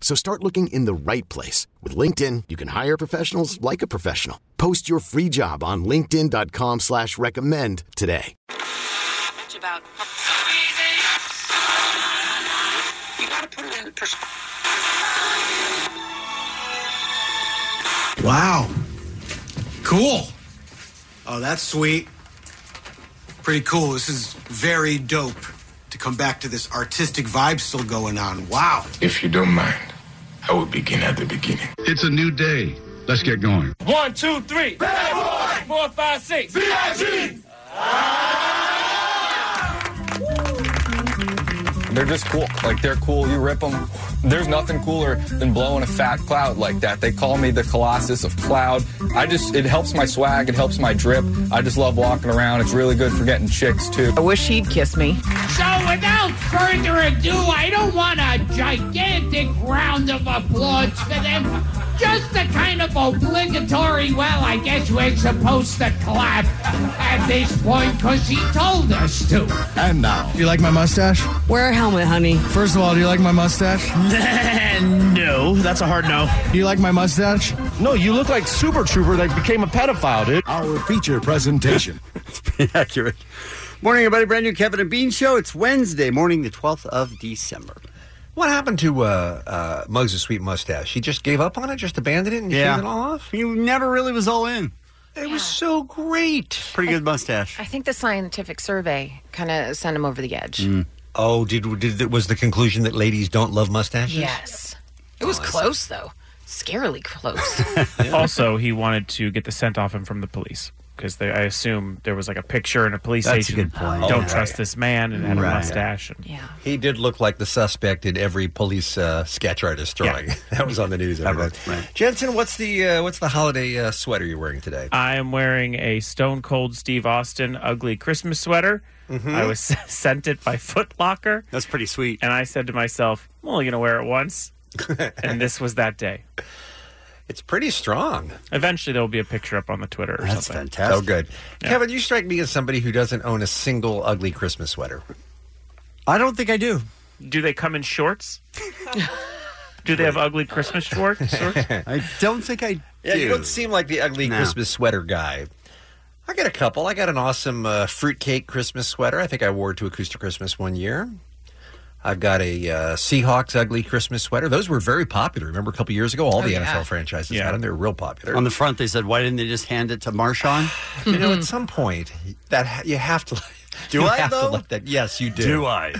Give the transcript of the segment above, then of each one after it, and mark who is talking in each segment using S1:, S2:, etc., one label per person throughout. S1: So start looking in the right place. With LinkedIn, you can hire professionals like a professional. Post your free job on linkedin.com slash recommend today.
S2: much about. You gotta put it in perspective.
S3: Wow. Cool. Oh, that's sweet. Pretty cool. This is very dope to come back to this artistic vibe still going on. Wow.
S4: If you don't mind, I will begin at the beginning.
S5: It's a new day. Let's get going.
S6: One, two, three. Bad boy. Four, five, six. B.I.G.
S7: They're just cool. Like they're cool. You rip them. There's nothing cooler than blowing a fat cloud like that. They call me the Colossus of Cloud. I just it helps my swag. It helps my drip. I just love walking around. It's really good for getting chicks too.
S8: I wish he'd kiss me.
S9: So, without further ado, I don't want a gigantic round of applause for them. Just the kind of obligatory, well, I guess we're supposed to clap at this point because he told us to.
S10: And now. Do you like my mustache?
S8: Wear a helmet, honey.
S10: First of all, do you like my mustache?
S11: no, that's a hard no.
S10: Do you like my mustache?
S11: No, you look like Super Trooper that became a pedophile, dude.
S5: Our feature presentation.
S12: accurate. Morning, everybody. Brand new Kevin and Bean show. It's Wednesday morning, the 12th of December.
S13: What happened to uh, uh, Muggs' sweet mustache? He just gave up on it, just abandoned it, and
S12: Yeah.
S13: shaved it all off.
S12: He never really was all in.
S13: It was so great.
S12: Pretty good mustache.
S14: I think the scientific survey kind of sent him over the edge.
S12: Mm.
S13: Oh, did, did was the conclusion that ladies don't love mustaches?
S14: Yes. It was close, though. Scarily close.
S15: also, he wanted to get the scent off him from the police because I assume there was like a picture in a police
S13: That's a
S15: station.
S13: good point.
S15: Don't
S13: Oh,
S15: trust
S13: right.
S15: this man and had
S13: Right.
S15: a mustache. And
S14: yeah.
S13: He did look like the suspect in every police uh, sketch artist drawing. that was on the news. Every day. Jensen, what's the uh, what's the holiday uh, sweater you're wearing today?
S15: I am wearing a Stone Cold Steve Austin ugly Christmas sweater.
S13: Mm-hmm.
S15: I was sent it by Foot Locker.
S12: That's pretty sweet.
S15: And I said to myself, I'm only going to wear it once. and this was that day.
S13: It's pretty strong.
S15: Eventually, there will be a picture up on the Twitter or
S13: That's
S15: something.
S13: fantastic. Oh, good. Kevin, you strike me as somebody who doesn't own a single ugly Christmas sweater.
S12: I don't think I do.
S15: Do they come in shorts? Do they have ugly Christmas shorts? shorts?
S12: I don't think I.
S13: Yeah,
S15: do.
S13: you don't seem like the ugly
S15: No.
S13: Christmas sweater guy. I got a couple. I got an awesome uh, fruitcake Christmas sweater. I think I wore it to Acoustic Christmas one year. I've got a uh, Seahawks ugly Christmas sweater. Those were very popular. Remember a couple years ago, all
S12: Oh,
S13: the
S12: yeah.
S13: NFL franchises had them. They were real popular.
S12: On the front, they said, why didn't they just hand it to Marshawn?
S13: you know, at some point, that ha- you have to.
S12: Do
S13: you
S12: I,
S13: have
S12: though?
S13: To let that, yes, you do.
S12: Do I?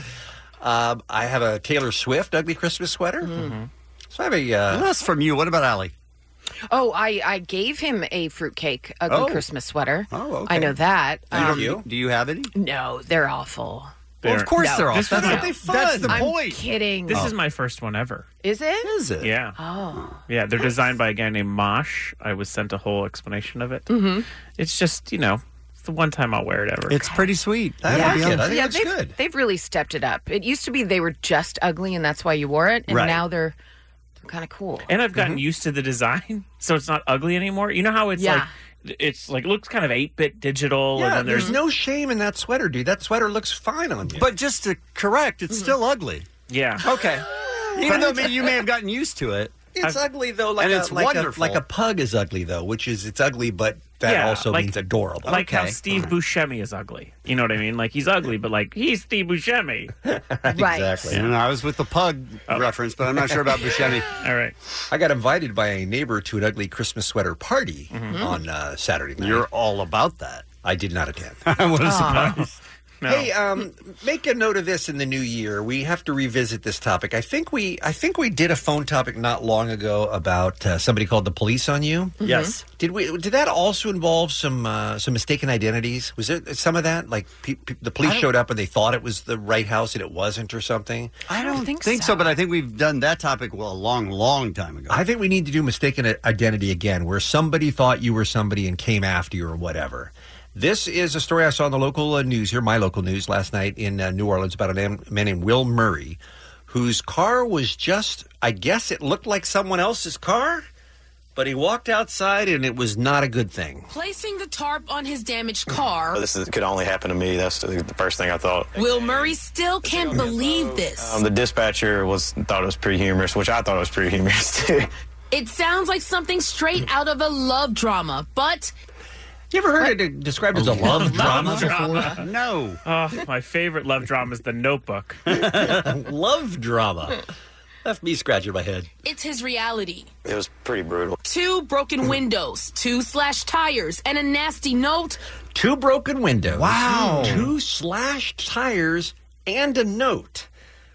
S13: Um, I have a Taylor Swift ugly Christmas sweater.
S14: Mm-hmm.
S13: Mm-hmm. So I have a. Uh,
S12: that's from you. What about Allie?
S14: Oh, I, I gave him a fruitcake ugly
S12: Oh.
S14: Christmas sweater.
S12: Oh,
S14: I know that.
S12: You
S14: Um,
S12: don't- Do you have any?
S14: No, they're awful.
S12: Well, of course
S14: No.
S12: they're off.
S15: This was
S12: That's,
S15: my-
S12: what they fun.
S14: That's
S12: that's the
S14: I'm
S12: point.
S14: kidding.
S15: This is my first one ever.
S14: Is it? Is
S15: Yeah.
S14: Oh.
S15: Yeah, they're designed by a guy named Mosh. I was sent a whole explanation of it.
S14: Mm-hmm.
S15: It's just, you know, it's the one time I'll wear it ever.
S12: It's pretty sweet.
S14: yeah, they've, they've really stepped it up. It used to be they were just ugly, and that's why you wore it, and
S15: Right.
S14: now they're they're kind of cool.
S15: And I've gotten
S13: Mm-hmm.
S15: used to the design, so it's not ugly anymore. You know how it's
S14: Yeah.
S15: like it's like looks kind of eight bit digital, and
S13: Yeah,
S15: then there's
S13: there's no shame in that sweater, dude. That sweater looks fine on you.
S12: But just to correct, it's still ugly.
S15: Mm-hmm. yeah.
S12: Okay. Even though you may have gotten used to it.
S13: It's ugly though, like
S12: and
S13: a,
S12: it's
S13: like
S12: wonderful.
S13: A, like a pug is ugly though, which is it's ugly, but that
S15: Yeah,
S13: also
S15: like-
S13: means adorable. Mm-hmm.
S15: Like how Steve Buscemi is ugly. You know what I mean? Like he's ugly, but like he's Steve Buscemi.
S13: Exactly.
S12: And I was with the pug reference, but I'm not sure about Buscemi.
S15: All right.
S13: I got invited by a neighbor to an ugly Christmas sweater party on uh, Saturday night. You're
S12: Mm-hmm. all about that.
S13: I did not attend. Ah.
S12: what a surprise.
S13: Hey, um, make a note of this in the new year. We have to revisit this topic. I think we, I think we did a phone topic not long ago about uh, somebody called the police on you.
S12: Mm-hmm. Yes.
S13: Did we? Did that also involve some uh, some mistaken identities? Was there some of that? Like pe- pe- the
S12: I
S13: police
S12: don't-
S13: showed up and they thought it was the right house and it wasn't, or something.
S12: I don't think, so. but I think we've done that topic well, a long, long
S16: Oh
S12: time ago.
S13: I think we need to do mistaken i- identity again, where somebody thought you were somebody and came after you or whatever. This is a story I saw in the local uh, news here, my local news last night in uh, New Orleans about a man, man named Will Murray whose car was just, I guess it looked like someone else's car, but he walked outside and it was not a good thing.
S17: Placing the tarp on his damaged car,
S16: Oh, This is, could only happen to me. That's the, the first thing I thought.
S17: Will Murray still can't believe this.
S16: Um, the dispatcher was thought it was pretty humorous, which I thought it was pretty humorous too.
S17: It sounds like something straight out of a love drama, but.
S13: You ever heard it described
S15: as a love drama before?
S12: No.
S15: Oh, my favorite love drama is The Notebook.
S13: love drama. Left me scratching my head.
S17: It's his reality.
S16: It was pretty brutal.
S17: Two broken windows, two slashed tires, and a nasty note.
S13: Two broken windows. Wow. Two slashed tires and a note.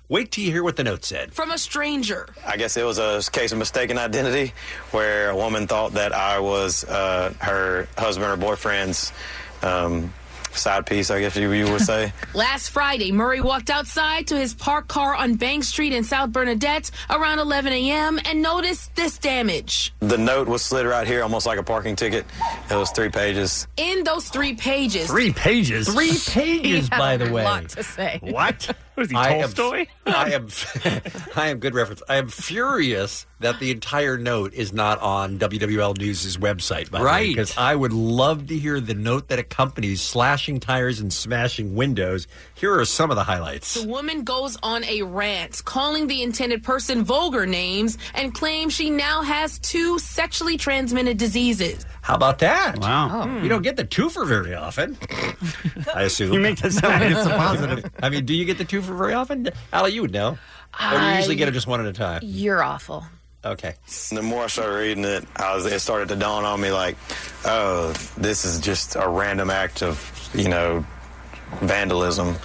S13: Wait till you hear what the note said.
S17: From a stranger.
S16: I guess it was a case of mistaken identity where a woman thought that I was uh, her husband or boyfriend's um, side piece, I guess you, you would say.
S17: Last Friday, Murray walked outside to his parked car on Bank Street in South Bernadette around 11 a.m. and noticed this damage.
S16: the note was slid right here, almost like a parking ticket. It was three pages.
S17: In those three pages.
S13: pages. Three pages,
S17: Yeah,
S13: by the way.
S17: lot to say.
S13: What?
S17: Was he Tolstoy?
S13: I am, I am, I am good reference. I am furious that the entire note is not on WWL News' website, by
S12: Right.
S13: Because I would love to hear the note that accompanies slashing tires and smashing windows. Here are some of the highlights.
S17: The woman goes on a rant, calling the intended person vulgar names and claims she now has two sexually transmitted diseases.
S13: How about that? Wow.
S17: Oh.
S13: You don't get the twofer very often, I assume.
S12: You make that sound like it's a positive.
S13: I mean, do you get the twofer very often? Allie, you would know. Or you
S14: I-
S13: usually get them just one at a time.
S14: You're awful.
S13: Okay.
S16: The more I started reading it, I was, it started to dawn on me like, oh, this is just a random act of, you know, vandalism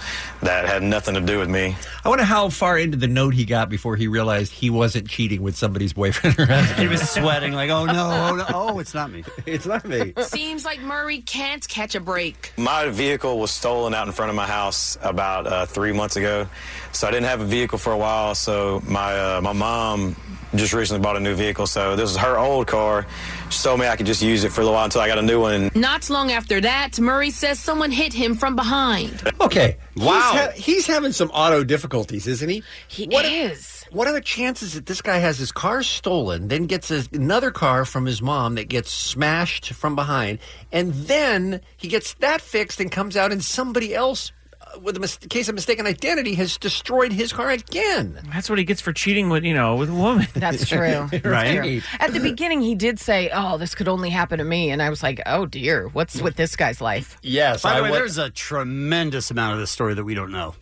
S16: that had nothing to do with me.
S13: I wonder how far into the note he got before he realized he wasn't cheating with somebody's boyfriend or husband.
S12: He was sweating like, oh no, oh, no, oh it's not me.
S13: It's not me.
S17: Seems like Murray can't catch a break.
S16: My vehicle was stolen out in front of my house about uh, three months ago, so I didn't have a vehicle for a while. So my uh, my mom just recently bought a new vehicle, so this is her old car. She told me I could just use it for a little while until I got a new one.
S17: Not long after that, Murray says someone hit him from behind.
S13: Okay.
S12: Wow.
S13: He's, ha- he's having some auto difficulties, isn't he?
S17: He
S13: What-
S17: is.
S13: What are the chances that this guy has his car stolen, then gets his, another car from his mom that gets smashed from behind, and then he gets that fixed and comes out and somebody else uh, with a mis- case of mistaken identity has destroyed his car again?
S15: That's what he gets for cheating with, you know, with a woman.
S14: That's true. That's true. At the beginning, he did say, "Oh, this could only happen to me," and I was like, "Oh dear, what's with this guy's life?"
S13: Yes.
S12: By the
S14: I
S12: way,
S14: wa-
S12: there's a tremendous amount of this story that we don't know.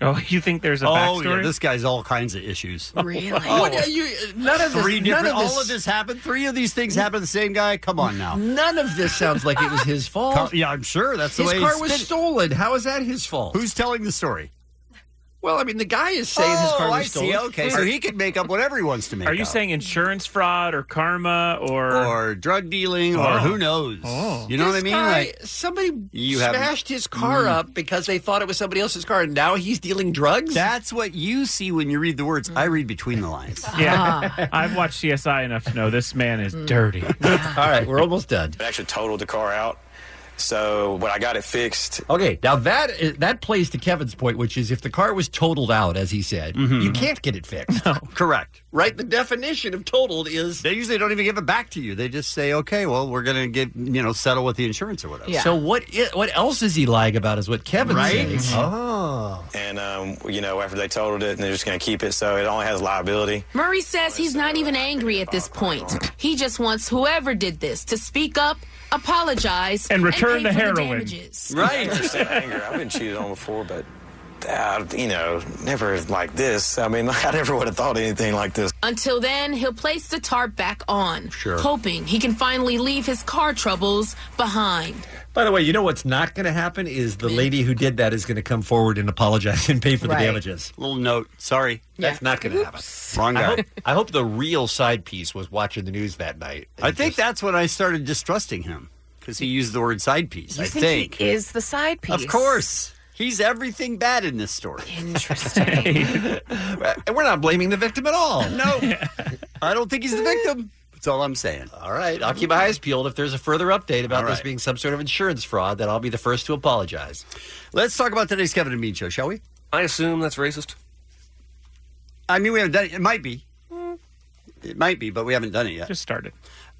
S15: Oh, you think there's
S12: oh,
S15: backstory?
S12: Yeah, this guy's all kinds of issues.
S14: Really?
S12: Oh,
S13: What, uh, you- none of this-
S12: three
S13: none
S12: different.
S13: of this-
S12: all of this happened. Three of these things happened to the same guy. Come on now.
S13: None of this sounds like it was his fault.
S12: Car- yeah, I'm sure that's the
S13: his
S12: way. he
S13: car was
S12: spit it.
S13: stolen. How is that his fault?
S12: Who's telling the story?
S13: well, I mean, the guy is saying his car
S12: oh,
S13: was
S12: I
S13: stolen.
S12: see. Okay, so he could make up whatever he wants to make.
S15: Are you
S12: up.
S15: saying insurance fraud or karma or
S12: or drug dealing or
S15: Oh.
S12: who knows? You know
S13: this
S12: what I mean?
S13: Guy,
S12: Like
S13: somebody
S12: You have- mm.
S13: smashed his car up because they thought it was somebody else's car, and now he's dealing drugs.
S12: that's what you see when you read the words. I read between the lines.
S15: Yeah,
S14: Ah.
S15: I've watched CSI enough to know this man
S14: Hmm.
S15: is dirty.
S13: All right, we're almost done.
S16: It actually totaled the car out. So, but I got it fixed.
S13: Okay, now that is, that plays to Kevin's point, which is if the car was totaled out, as he said,
S15: Mm-hmm.
S13: you can't get it fixed.
S12: Correct.
S13: Right? The definition of totaled is
S12: They usually don't even give it back to you. They just say, "Okay, well, we're going to get you know settle with the insurance or whatever."
S13: So what? i- what else is he lying about? Is what Kevin
S12: Right?
S13: says.
S15: Mm-hmm.
S13: Oh,
S16: And, um, you know, after they totaled it, and they're just going to keep it. So it only has liability.
S17: Murray says he's not even angry at this point. He just wants whoever did this to speak up, apologize,
S15: And return
S17: pay
S15: the
S17: for
S15: heroin.
S17: damages.
S12: Right.
S16: Understand anger. I've been cheated on before, but, uh, you know, never like this. I mean, I never would have thought anything like this.
S17: Until then, he'll place the tarp back on,
S13: Sure.
S17: hoping he can finally leave his car troubles behind.
S13: By the way, you know what's not going to happen is the lady who did that is going to come forward and apologize and pay for
S14: Right.
S13: the damages.
S12: Little note. Sorry,
S13: That's not going to happen.
S12: wrong
S13: I
S12: guy.
S13: hope, I hope the real side piece was watching the news that night.
S12: I think that's when I started distrusting him because he used the word side piece.
S14: You
S12: I
S14: think,
S12: think,
S14: he is the side piece?
S12: of course, he's everything bad in this story.
S14: Interesting.
S13: And we're not blaming the victim at all.
S12: No, I don't think he's the victim. That's all I'm saying.
S13: All right, I'll keep my eyes peeled. If there's a further update about
S12: All
S13: this
S12: right.
S13: being some sort of insurance fraud, then I'll be the first to apologize.
S12: Let's talk about today's Kevin and Bean show, shall we? I assume that's racist. I mean, we haven't done it. It might be. It might be, but we haven't done it yet. Just
S15: started.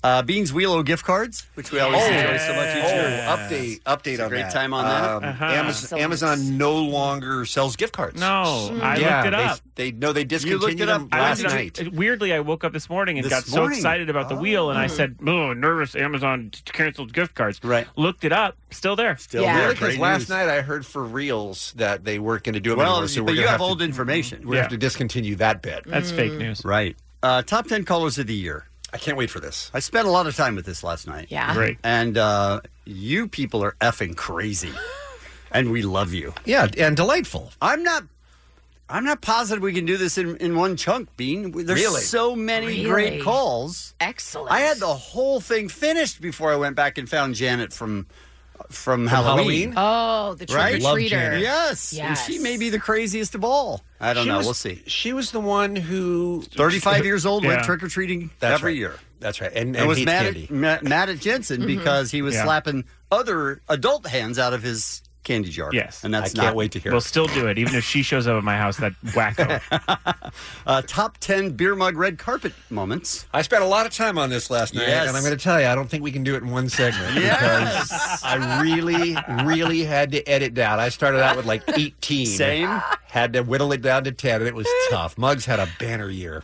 S12: Uh, Beans Wheelo gift cards, which we always enjoy so much each year.
S13: Oh, update, update
S12: It's a
S13: on
S12: great
S13: that.
S12: time on that.
S13: Um,
S12: Uh-huh.
S13: Amazon, Amazon no longer sells gift cards.
S15: No, I
S13: yeah,
S15: looked it
S13: they-
S15: up.
S13: They, no, they discontinued them
S15: I
S13: last
S15: looked it
S13: night.
S15: up. Weirdly, I woke up this morning and
S13: This
S15: got so
S13: morning.
S15: excited about the wheel, and I said, "Oh, nervous Amazon t- canceled gift cards." Right. Looked it up. Still there. Still
S13: Really? Because last night I heard for reals that they weren't going to do it
S12: Well,
S13: anymore. So
S12: but
S13: we're
S12: you
S13: gonna
S12: have
S13: to-
S12: old information.
S13: We
S12: Yeah.
S13: have to discontinue that bit.
S12: That's fake Mm. news.
S13: right?
S12: Uh, top 10 callers of the year.
S13: I can't wait for this.
S12: I spent a lot of time with this last night.
S13: Yeah. Great.
S12: And uh, you people are effing crazy. and we love you.
S13: Yeah, and delightful.
S12: I'm not. I'm not positive we can do this in, in one chunk, Bean. There's
S13: Really?
S12: so many
S13: Really?
S12: great calls.
S14: Excellent.
S12: I had the whole thing finished before I went back and found Janet from from, Halloween.
S14: Oh, the trick
S12: Right?
S14: or treater.
S12: Yes. And she may be the craziest of all. I don't
S13: She
S12: know.
S13: was-
S12: we'll see.
S13: She was the one who
S12: 35 years old, went
S13: Yeah.
S12: trick or treating
S13: That's
S12: every
S13: right.
S12: year.
S13: That's right. And,
S12: And,
S13: and
S12: was
S13: hates
S12: mad
S13: candy.
S12: at, ma- mad at Jensen
S13: Mhm.
S14: Mm-hmm.
S12: because he was
S13: Yeah.
S12: slapping other adult hands out of his candy jar.
S15: Yes.
S12: And that's not.
S15: We'll still do it, even if she shows up at my house. That wacko.
S12: uh, top 10 beer mug red carpet moments.
S13: I spent a lot of time on this last night,
S12: Yes.
S13: and I'm going to tell you, I don't think we can do it in one segment
S12: Yes.
S13: because I really, really had to edit down. I started out with like 18.
S12: Same.
S13: Had to whittle it down to 10, and it was tough. Muggs had a banner year.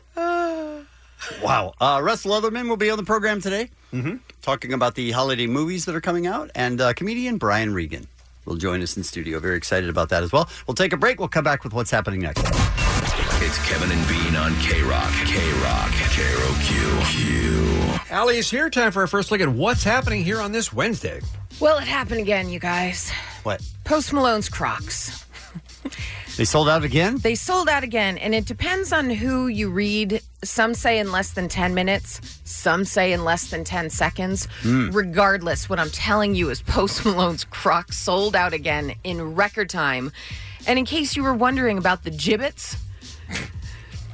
S12: Wow. Uh, Russ Leatherman will be on the program today, mm-hmm. talking about the holiday movies that are coming out, and uh, comedian Brian Regan will join us in studio. Very excited about that as well. We'll take a break. We'll come back with what's happening next.
S7: It's Kevin and Bean on K Rock. K Rock. K R O Q.
S13: Allie is here. Time for our first look at what's happening here on this Wednesday.
S14: Well, it happened again, you guys.
S12: What?
S14: Post Malone's Crocs.
S12: They sold out again?
S14: They sold out again, and it depends on who you read. Some say in less than 10 minutes, some say in less than 10 seconds.
S9: Hmm.
S14: Regardless, what I'm telling you is Post Malone's Crocs sold out again in record time. And in case you were wondering about the gibbets,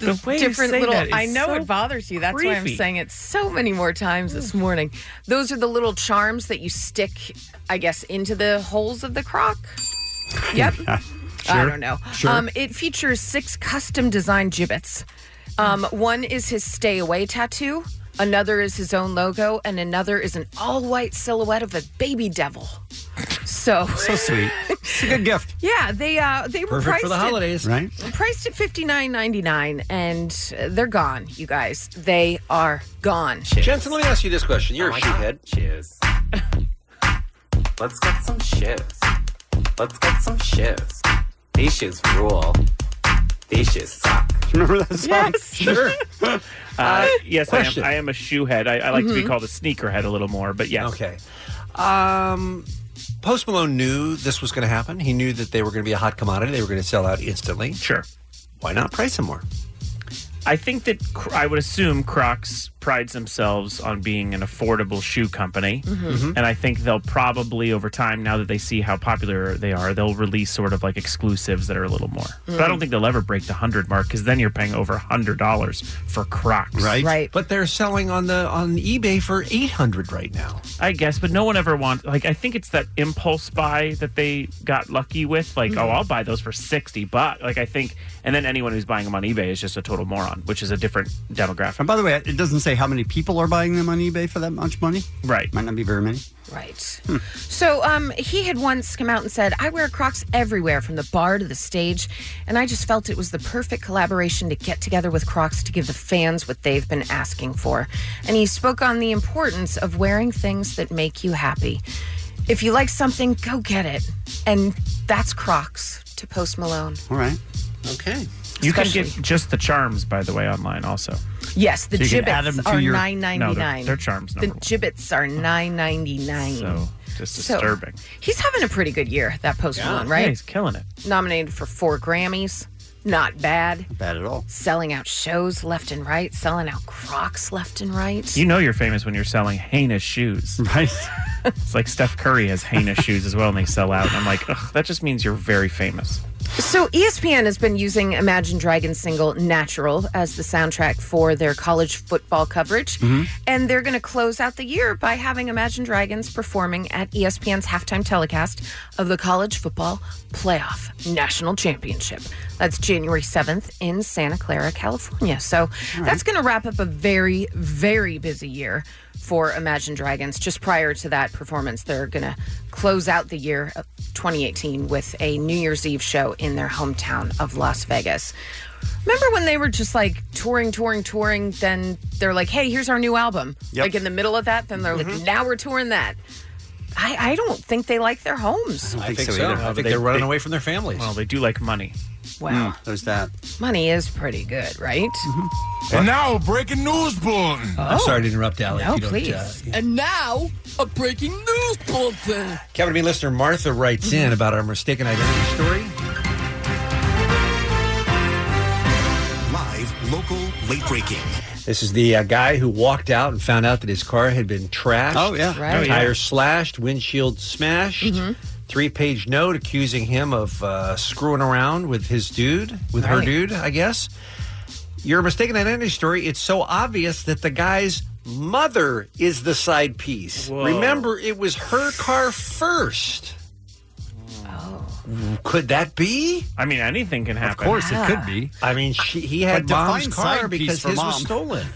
S15: The way you
S14: different
S15: say
S14: little
S15: that is
S14: I know
S15: so
S14: it bothers you. That's why I'm
S15: creepy.
S14: saying it so many more times this morning. Those are the little charms that you stick, I guess, into the holes of the croc. Yep. I don't know.
S9: Sure.
S14: Um, it features six custom designed gibbets. Um, one is his stay away tattoo, another is his own logo, and another is an all white silhouette of a baby devil. So
S12: So sweet. It's a good gift.
S14: yeah, they uh, they were priced at-
S12: Right?
S14: priced at fifty nine ninety nine, and uh, they're gone, you guys. They are gone.
S13: Jensen, let me ask you this question. You're a sheephead.
S18: Cheers. Let's get some shifts. Let's get some shifts. These shoes rule. These shoes suck.
S12: Remember that song?
S15: Sure. uh, yes, I
S13: question.
S15: am, I am a shoe head. I, I like to be
S13: Mhm.
S15: called a sneaker head a little more, but yes.
S13: Okay. Um, Post Malone knew this was going to happen. He knew that they were going to be a hot commodity. They were going to sell out instantly.
S15: Sure.
S13: Why not price them more?
S15: I think that Cro- I would assume Crocs prides themselves on being an affordable shoe company,
S9: Mhm.
S12: Mm-hmm.
S9: Mhm.
S15: and I think they'll probably over time, now that they see how popular they are, they'll release sort of like exclusives that are a little more. But I don't think they'll ever break the hundred mark because then you're paying over hundred dollars for Crocs,
S13: Right. But they're selling on the on eBay for eight hundred right now.
S15: I guess, but no one ever wants. Like, I think it's that impulse buy that they got lucky with. Like, oh, I'll buy those for sixty bucks. Like, I think, and then anyone who's buying them on eBay is just a total moron, which is a different demographic.
S12: And by the way, it doesn't say how many people are buying them on eBay for that much money.
S15: Right.
S12: Might not be very many. Hmm.
S14: Right. So um, he had once come out and said, I wear Crocs everywhere from the bar to the stage, and I just felt it was the perfect collaboration to get together with Crocs to give the fans what they've been asking for. And he spoke on the importance of wearing things that make you happy. If you like something, go get it. And that's Crocs to Post Malone.
S12: All right.
S13: Okay.
S15: You can
S14: Especially-
S15: get just the charms, by the way, online also.
S14: Yes, the
S15: So you can add
S14: gibbets
S15: them to
S14: are
S15: your-
S14: nine ninety
S15: No, they're-
S14: nine.
S15: they're charms,
S14: The
S15: number one. Oh.
S14: gibbets are nine ninety nine.
S15: So just
S14: So-
S15: disturbing.
S14: He's having a pretty good year, that Post Malone, right?
S15: Yeah, he's killing it.
S14: Nominated for four Grammys. Not bad.
S12: Bad at all.
S14: Selling out shows left and right, selling out Crocs left and right.
S15: You know you're famous when you're selling heinous shoes.
S12: Right.
S15: it's like Steph Curry has heinous shoes as well, and they sell out. And I'm like, ugh, that just means you're very famous.
S14: So E ESPN has been using Imagine Dragons' single "Natural" as the soundtrack for their college football coverage,
S9: Mhm.
S14: and they're going to close out the year by having Imagine Dragons performing at E ESPN's halftime telecast of the college football playoff national championship. That's January seventh in Santa Clara, California. So that's going to wrap up a very, very busy year for Imagine Dragons. Just prior to that performance, they're going to close out the year of 2018 with a New Year's Eve show in their hometown of Las Vegas. Remember when they were just like touring, touring, touring? Then they're like, hey, here's our new album.
S12: Yep. Mm-hmm.
S14: Like in the middle of that, then they're like, now we're touring that. I, I don't think they like their homes.
S12: I think so either. I think they're running away
S13: from their families.
S15: Well, they do like money.
S14: Wow.
S12: There's that.
S14: Money is pretty good, right?
S12: Mm-hmm.
S13: And
S14: now, breaking news bulletin.
S13: I'm sorry to interrupt, Allie. if
S14: Oh. No,
S13: you don't,
S14: please.
S13: uh,
S9: And now, a breaking news bulletin.
S13: Kevin B. Listener Martha writes
S19: Mm-hmm.
S13: in about our mistaken identity story.
S19: Live, local, late breaking.
S13: This is the uh, guy who walked out and found out that his car had been trashed.
S19: Oh, yeah. Mm-hmm. Right.
S13: Tire slashed, windshield smashed. Three page note accusing him of uh, screwing around with his dude, with her
S20: Right.
S13: dude, I guess. Your mistaken identity story, it's so obvious that the guy's mother is the side piece. Remember, it was her car first. Could that be?
S15: Oh. I mean, anything can happen.
S13: course it Yeah. could be. I mean, she, he had
S15: But
S13: mom's
S15: define
S13: car
S15: side piece
S13: because
S15: for
S13: his was
S15: mom.
S13: stolen.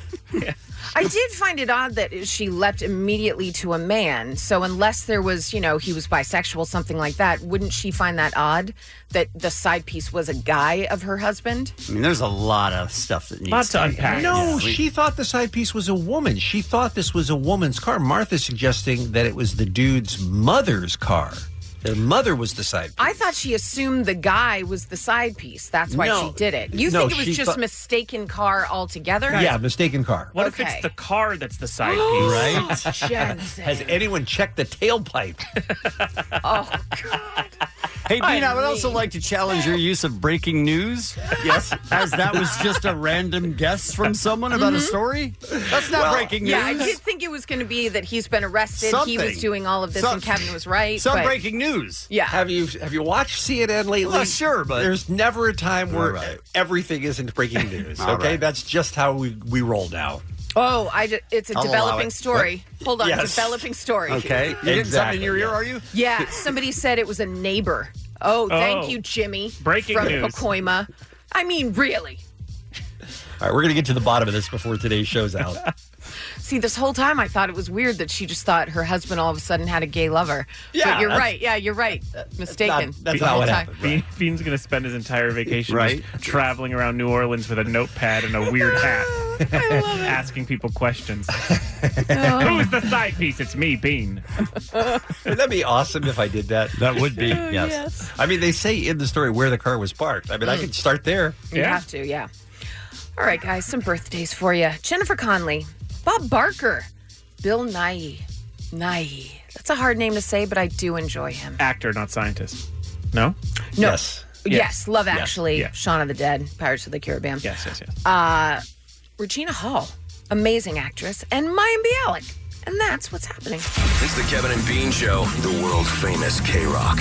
S14: I did find it odd that she leapt immediately to a man. So unless there was, you know, he was bisexual, something like that, wouldn't she find that odd that the side piece was a guy of her husband?
S12: I mean, there's a lot of stuff that needs
S14: Lots to
S12: be-
S14: unpack.
S13: No,
S12: Yeah, we-
S13: she thought the side piece was a woman. She thought this was a woman's car. Martha suggesting that it was the dude's mother's car. The mother was the side.
S14: I thought she assumed the guy was the side piece. That's why
S13: No.
S14: she did it. You
S13: No,
S14: think it
S13: she
S14: was just
S13: thought-
S14: mistaken car altogether?
S13: Yeah, mistaken car.
S15: What if it's
S14: Okay.
S15: the car that's the side
S13: Right?
S15: piece?
S14: Jensen.
S13: Has anyone checked the tailpipe?
S12: Hey, Bean, I, would
S13: I
S12: also
S13: mean-
S12: like to challenge your use of breaking news. Yes, as that was just a random guess from someone about a
S14: Mhm.
S12: story. That's not breaking news.
S14: Yeah, I did think it was going to be that he's been arrested. He was
S12: Something.
S14: doing all of this,
S12: Some-
S14: and Kevin was right.
S12: Some
S14: but-
S12: breaking news.
S14: Yeah.
S13: Have you have you watched CNN lately?
S12: Well, sure, but-
S13: there's never a time where
S12: All right.
S13: everything isn't breaking news.
S12: All
S13: okay,
S12: right.
S13: that's just how we, we roll now.
S14: Oh, I ju- it's a
S13: I'll allow
S14: developing
S13: it.
S14: story. Hold on,
S13: Yes.
S14: developing story.
S13: Okay,
S12: You getting something in
S13: exactly,
S12: your ear,
S13: yeah.
S12: are you?
S14: Yeah, somebody said it was a neighbor. Oh, thank
S13: Oh.
S14: you, Jimmy.
S13: Breaking
S14: from
S13: news.
S14: Pacoima. I mean, really.
S13: All right, we're gonna get to the bottom of this before today's show's out.
S14: See, this whole time I thought it was weird that she just thought her husband all of a sudden had a gay lover.
S13: Yeah,
S14: but you're
S15: that's-
S14: right. Yeah, you're right. Mistaken.
S15: Be-
S14: The whole time.
S15: Bean- Bean's going to spend his entire vacation
S13: Right.
S15: just traveling around New Orleans with a notepad and a weird hat, asking people
S14: Oh.
S15: questions. Who is the side piece? It's me, Bean.
S13: Wouldn't that be awesome if I did that? That would be, yes.
S14: yes.
S13: I mean, they say in the story where the car was parked. I mean, I
S14: Mm.
S13: could start there.
S14: You have to, yeah. All right, guys, some birthdays for you. Jennifer Conley, Bob Barker, Bill Nye. Nye. That's a hard name to say, but I do enjoy him.
S15: Actor, not scientist. No?
S14: No.
S15: Yes.
S14: Yes, Love
S15: Yes.
S14: Actually,
S15: Yes.
S14: Shaun of the Dead, Pirates of the Caribbean.
S15: Yes, yes, yes.
S14: Uh, Regina Hall, amazing actress, and Mayim Bialik. And that's what's happening.
S7: It's the Kevin and Bean Show, the world famous K Rock.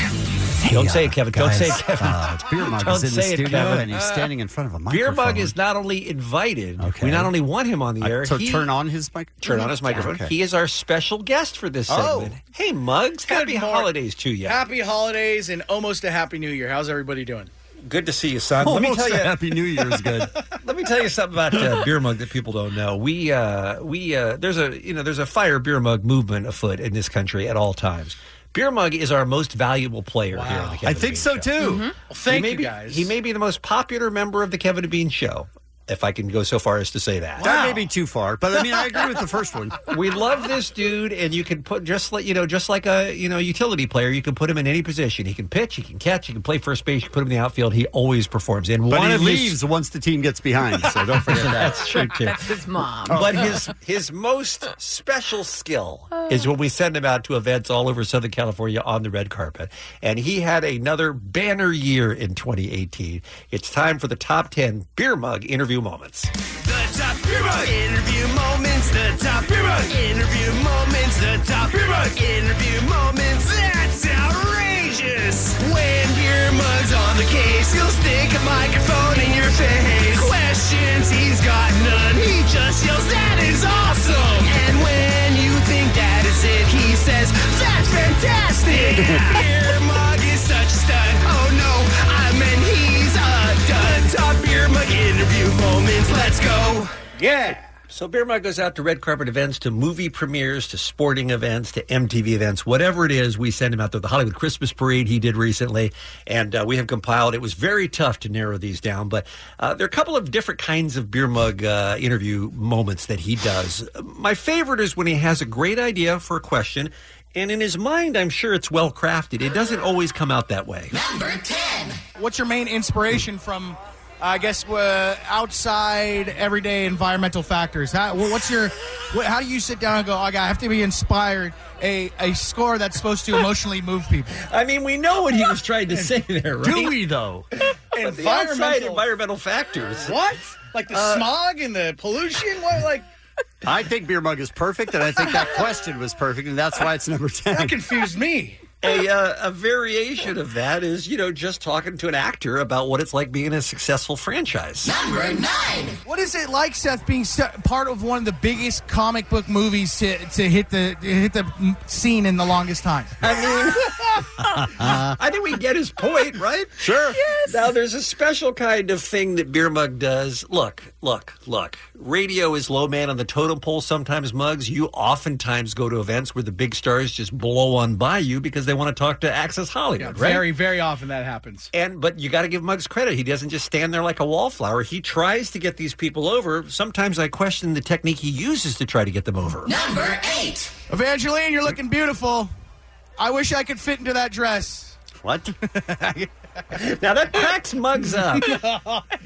S13: Don't
S12: uh,
S13: say it, Kevin.
S7: guys,
S13: Don't say it, Kevin.
S7: uh,
S12: Beer mug
S13: Don't
S12: is in the
S13: say it,
S12: studio,
S13: Kevin. Uh,
S12: and he's standing in front of a
S13: Beer
S12: microphone.
S13: mug is not only invited. We not only want him on the
S12: Uh,
S13: air.
S12: so turn on
S13: his microphone. Turn on his microphone.
S12: Okay.
S13: He is our special guest for this
S11: Oh.
S13: segment. Hey, Mugs. Happy holidays to you.
S11: Happy holidays and almost a happy new year. How's everybody doing?
S13: Good to see you, son. Let me
S11: Almost
S13: tell you,
S11: a Happy
S13: New Year is good. Let me tell you something about uh, beer mug that people don't know. We uh, we uh, there's a you know there's a fire beer mug movement afoot in this country at all times. Beer mug is our most valuable player here. On the Kevin
S12: I think so, too. Mhm. Well,
S13: he
S12: thank
S13: may
S12: you,
S13: be-
S12: guys.
S13: He may be the most popular member of the Kevin and Bean Show, if I can go so far as to say that.
S12: That may be too far, but I mean, I agree with the first one.
S13: We love this dude, and you can put just like you know, just like a you know utility player, you can put him in any position. He can pitch, he can catch, he can play first base, you can put him in the outfield. He always performs. And
S12: But
S13: one
S12: he
S13: of his-
S12: leaves once the team gets behind, so don't forget that. Oh.
S13: That's true too.
S14: That's his mom.
S13: Um, But his his most special skill is when we send him out to events all over Southern California on the red carpet. And he had another banner year in 2018. It's time for the top 10 beer mug interview moments.
S9: The top beer mug interview moments. The top beer mug interview moments. The top beer mug interview moments. That's outrageous. When beer mugs on the K race. He'll stick a microphone in your face. Questions, he's got none. He just yells, that is awesome. And when you think that is it, he says, that's fantastic. Beer mug is such a stud. Oh no, I mean he's a dud. Top beer mug interview moments. Let's go.
S13: Yeah. So Beer Mug goes out to red carpet events, to movie premieres, to sporting events, to MTV events, whatever it is, we send him out there. The Hollywood Christmas Parade he did recently, and uh, we have compiled. It was very tough to narrow these down, but uh, there are a couple of different kinds of Beer Mug uh, interview moments that he does. My favorite is when he has a great idea for a question, and in his mind, I'm sure it's well crafted. It doesn't always come out that way.
S11: What's your main inspiration from, I guess, uh, outside everyday environmental factors? How, wh- what's your, wh- how do you sit down and go, "Okay, I have to be inspired a, a score that's supposed to emotionally move people?
S13: I mean, we know what he was trying to say there, right?
S11: Do we, though?
S13: The outside environmental factors.
S11: What? Like the
S12: Uh,
S11: smog and the pollution? What? Like
S12: I think Beer Mug is perfect, and I think that question was perfect, and that's why it's number 10. That
S11: confused me.
S13: a, uh, a variation of that is, you know, just talking to an actor about what it's like being a successful franchise.
S11: What is it like, Seth, being se- part of one of the biggest comic book movies to, to hit the to hit the m- scene in the longest time?
S13: I mean, I think we get his point, right? Sure. Yes. Now, there's a special kind of thing that Beer Mug does. Look, look, look. Radio is low man on the totem pole sometimes, Mugs. You oftentimes go to events where the big stars just blow on by you because they want to talk to Access Hollywood, right?
S11: Very, very often that happens.
S13: And but you got to give Muggs credit. He doesn't just stand there like a wallflower. He tries to get these people over. Sometimes I question the technique he uses to try to get them over.
S11: Number eight. Evangeline, you're looking beautiful. I wish I could fit into that dress.
S12: What?
S13: now that cracks Muggs up.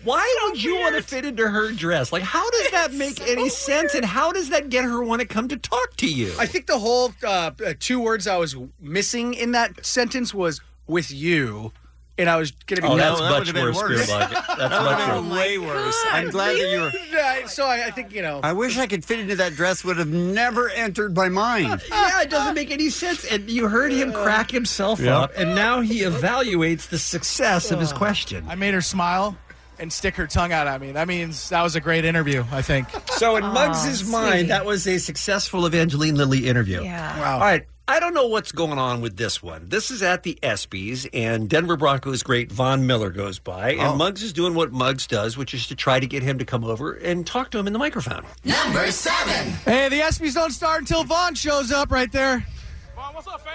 S13: Why would you want to fit into her dress? Like, how does that make any sense? And how does that get her want to come to talk to you?
S11: I think the whole uh, uh, two words I was missing in that sentence was with you, and I was going to be.
S13: Oh, that's No, that much would've been worse, worse. Beer Mug. That's much
S12: Oh, worse. way worse. I'm glad that you were-
S11: Yeah, so I, I think you know.
S12: I wish I could fit into that dress would have never entered my mind.
S13: yeah, it doesn't make any sense. And you heard him crack himself
S12: Yeah.
S13: up, and now he evaluates the success of his question.
S11: I made her smile and stick her tongue out at me. That means that was a great interview. I think.
S13: So in Muggs's mind, that was a successful Evangeline Lilly interview.
S11: Yeah. Wow.
S13: All right. I don't know what's going on with this one. This is at the ESPYS, and Denver Broncos great Von Miller goes by,
S12: Oh.
S13: and Muggs is doing what Muggs does, which is to try to get him to come over and talk to him in the microphone.
S11: Number seven. Hey, the ESPYS don't start until Vaughn shows up right there. Vaughn, what's up,
S13: fam?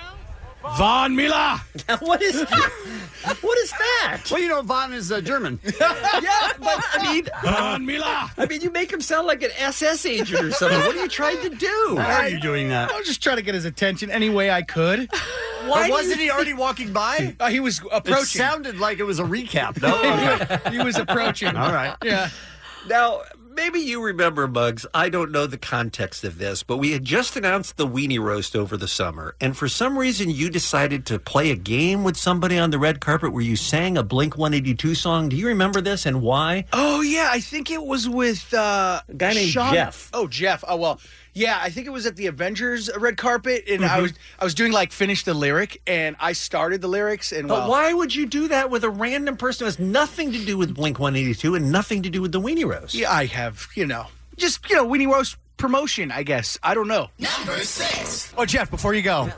S13: Vaughn Miller. Ah, what is? What is that?
S12: Well, you know, Von is uh, German.
S13: yeah, but I mean,
S12: Von Miller.
S13: I mean, you make him sound like an SS agent or something. What are you trying to do?
S12: Why are you doing that?
S11: I was just trying to get his attention any way I could.
S12: Why But do wasn't you he already think- walking by?
S11: Uh, he was
S12: It
S11: approaching.
S12: sounded like it was a recap. No, Okay.
S11: he was approaching.
S12: All right.
S11: Yeah.
S13: Now, maybe you remember, Muggs. I don't know the context of this, but we had just announced the weenie roast over the summer. And for some reason, you decided to play a game with somebody on the red carpet where you sang a Blink 182 song. Do you remember this and why?
S11: Oh yeah, I think it was with uh, a
S13: guy named Jeff.
S11: Oh Jeff. Oh well, yeah. I think it was at the Avengers red carpet, and I
S13: Mhm.
S11: was I was doing like finish the lyric, and I started the lyrics, and
S13: But
S11: well,
S13: why would you do that with a random person who has nothing to do with Blink 182 and nothing to do with the weenie roast?
S11: Yeah, I have you know just you know Weenie Roast promotion, I guess. I don't know. Number six. Oh Jeff, before you go.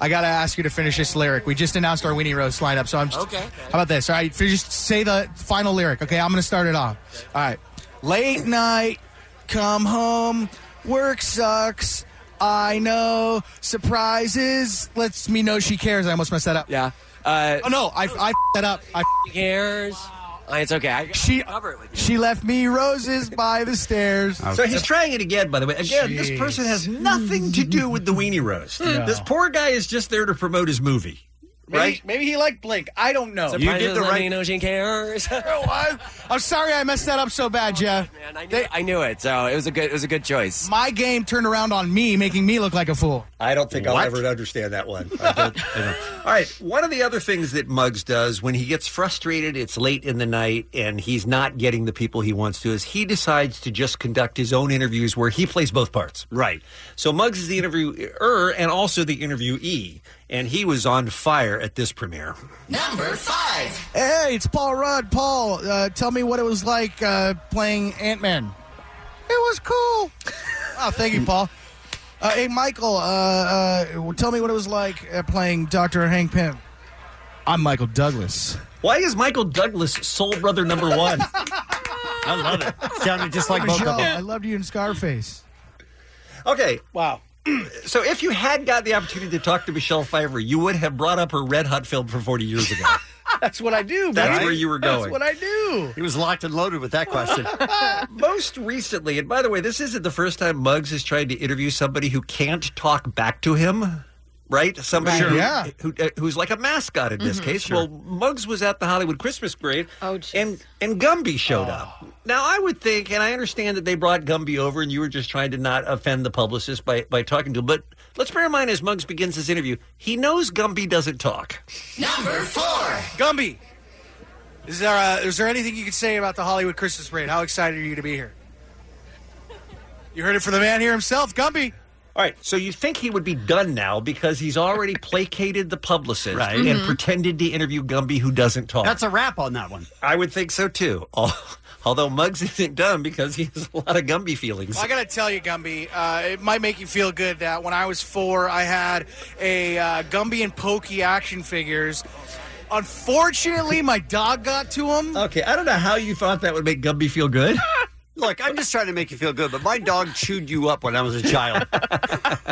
S11: I gotta ask you to finish this lyric. We just announced our Weenie Roast lineup, so I'm. Just,
S9: Okay.
S11: How about this? All right, finish. Say the final lyric. Okay, I'm gonna start it off. All right. Late night, come home, work sucks. I know surprises lets me know she cares. I almost messed that up. Yeah. Uh, oh no, I I f- that up. I f- cares.
S18: It's okay. I,
S11: She she left me roses by the stairs.
S13: So he's trying it again, by the way. Again, this person has nothing to do with the weenie roast.
S11: No.
S13: This poor guy is just there to promote his movie.
S11: Maybe, maybe he liked Blink. I don't know.
S13: You did the right
S18: she cares.
S11: I, am sorry I messed that up so bad, Jeff.
S18: I knew, I knew it. So it was a good. It was a good choice.
S11: My game turned around on me, making me look like a fool.
S13: I don't think I'll ever understand that one. I don't- I don't. All right. One of the other things that Muggs does when he gets frustrated, it's late in the night, and he's not getting the people he wants to, is he decides to just conduct his own interviews where he plays both parts. Right. So Muggs is the interviewer and also the interviewee. and he was on fire at this premiere.
S9: Number five.
S11: Hey, it's Paul Rudd. Paul, uh, tell me what it was like uh, playing Ant Man. It was cool. oh, thank you, Paul. Uh, hey, Michael, uh, uh, tell me what it was like uh, playing Dr. Hank Pym. I'm Michael Douglas.
S13: Why is Michael Douglas soul brother number one?
S12: I love it. Sounded just like both
S11: Michelle,
S12: of
S11: I
S12: them.
S11: loved you in Scarface.
S13: Okay. Wow. So if you had got the opportunity to talk to Michelle Pfeiffer, you would have brought up her Red Hot film from 40 years ago.
S11: That's what I do.
S13: That's
S12: baby.
S13: where you were
S12: That's
S13: going.
S12: what
S11: I do.
S12: He was locked and loaded with that question.
S13: Most recently, and by the way, this isn't the first time Muggs has tried to interview somebody who can't talk back to him, right? Somebody
S9: Sure.
S13: who,
S9: Yeah.
S13: who, uh, who's like a mascot in this
S9: Mhm.
S13: case.
S9: Sure.
S13: Well, Muggs was at the Hollywood Christmas parade, oh, and and Gumby showed up.
S9: Oh.
S13: Now, I would think, and I understand that they brought Gumby over, and you were just trying to not offend the publicist by by talking to him. But let's bear in mind, as Muggs begins his interview, he knows Gumby doesn't talk.
S9: Number four.
S11: Gumby, is there, uh, is there anything you could say about the Hollywood Christmas parade? How excited are you to be here? You heard it from the man here himself, Gumby.
S13: All right, so you think he would be done now because he's already placated the publicist and
S11: Mm-hmm.
S12: Mhm.
S13: pretended to interview Gumby, who doesn't talk.
S12: That's a wrap on that one.
S13: I would think so too. Al- Although Muggs isn't done because he has a lot of Gumby feelings.
S11: Well, I gotta tell you, Gumby, uh, it might make you feel good that when I was four, I had a uh, Gumby and Pokey action figures. Unfortunately, my dog got to him.
S13: Okay, I don't know how you thought that would make Gumby feel good.
S12: Look, I'm just trying to make you feel good, but my dog chewed you up when I was a child.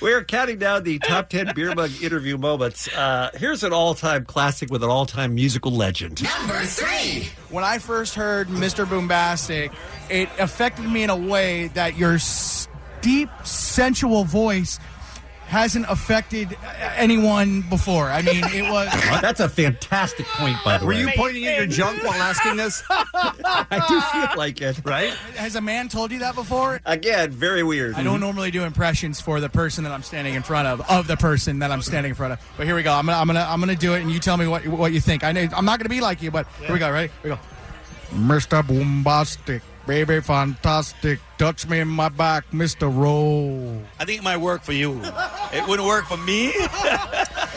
S13: We're counting down the top 10 beer mug interview moments. Uh, here's an all time classic with an all time musical legend.
S9: Number three.
S11: When I first heard Mr. Boombastic, it affected me in a way that your s- deep, sensual voice hasn't affected uh, anyone before. I mean, it was.
S13: That's a fantastic point, by the
S11: Were
S13: way.
S11: you pointing at your junk while asking this?
S13: I do feel like it, right?
S11: Has a man told you that before?
S13: Again, very weird.
S11: I don't normally do impressions for the person that I'm standing in front of, of the person that I'm standing in front of. But here we go. I'm gonna, I'm gonna, I'm gonna do it, and you tell me what what you think. I know I'm not gonna be like you, but here we go. Ready? Here we go. Mr. Boombastic, baby, fantastic. Touch me in my back, Mr. Roll.
S4: I think it might work for you. It wouldn't work for me.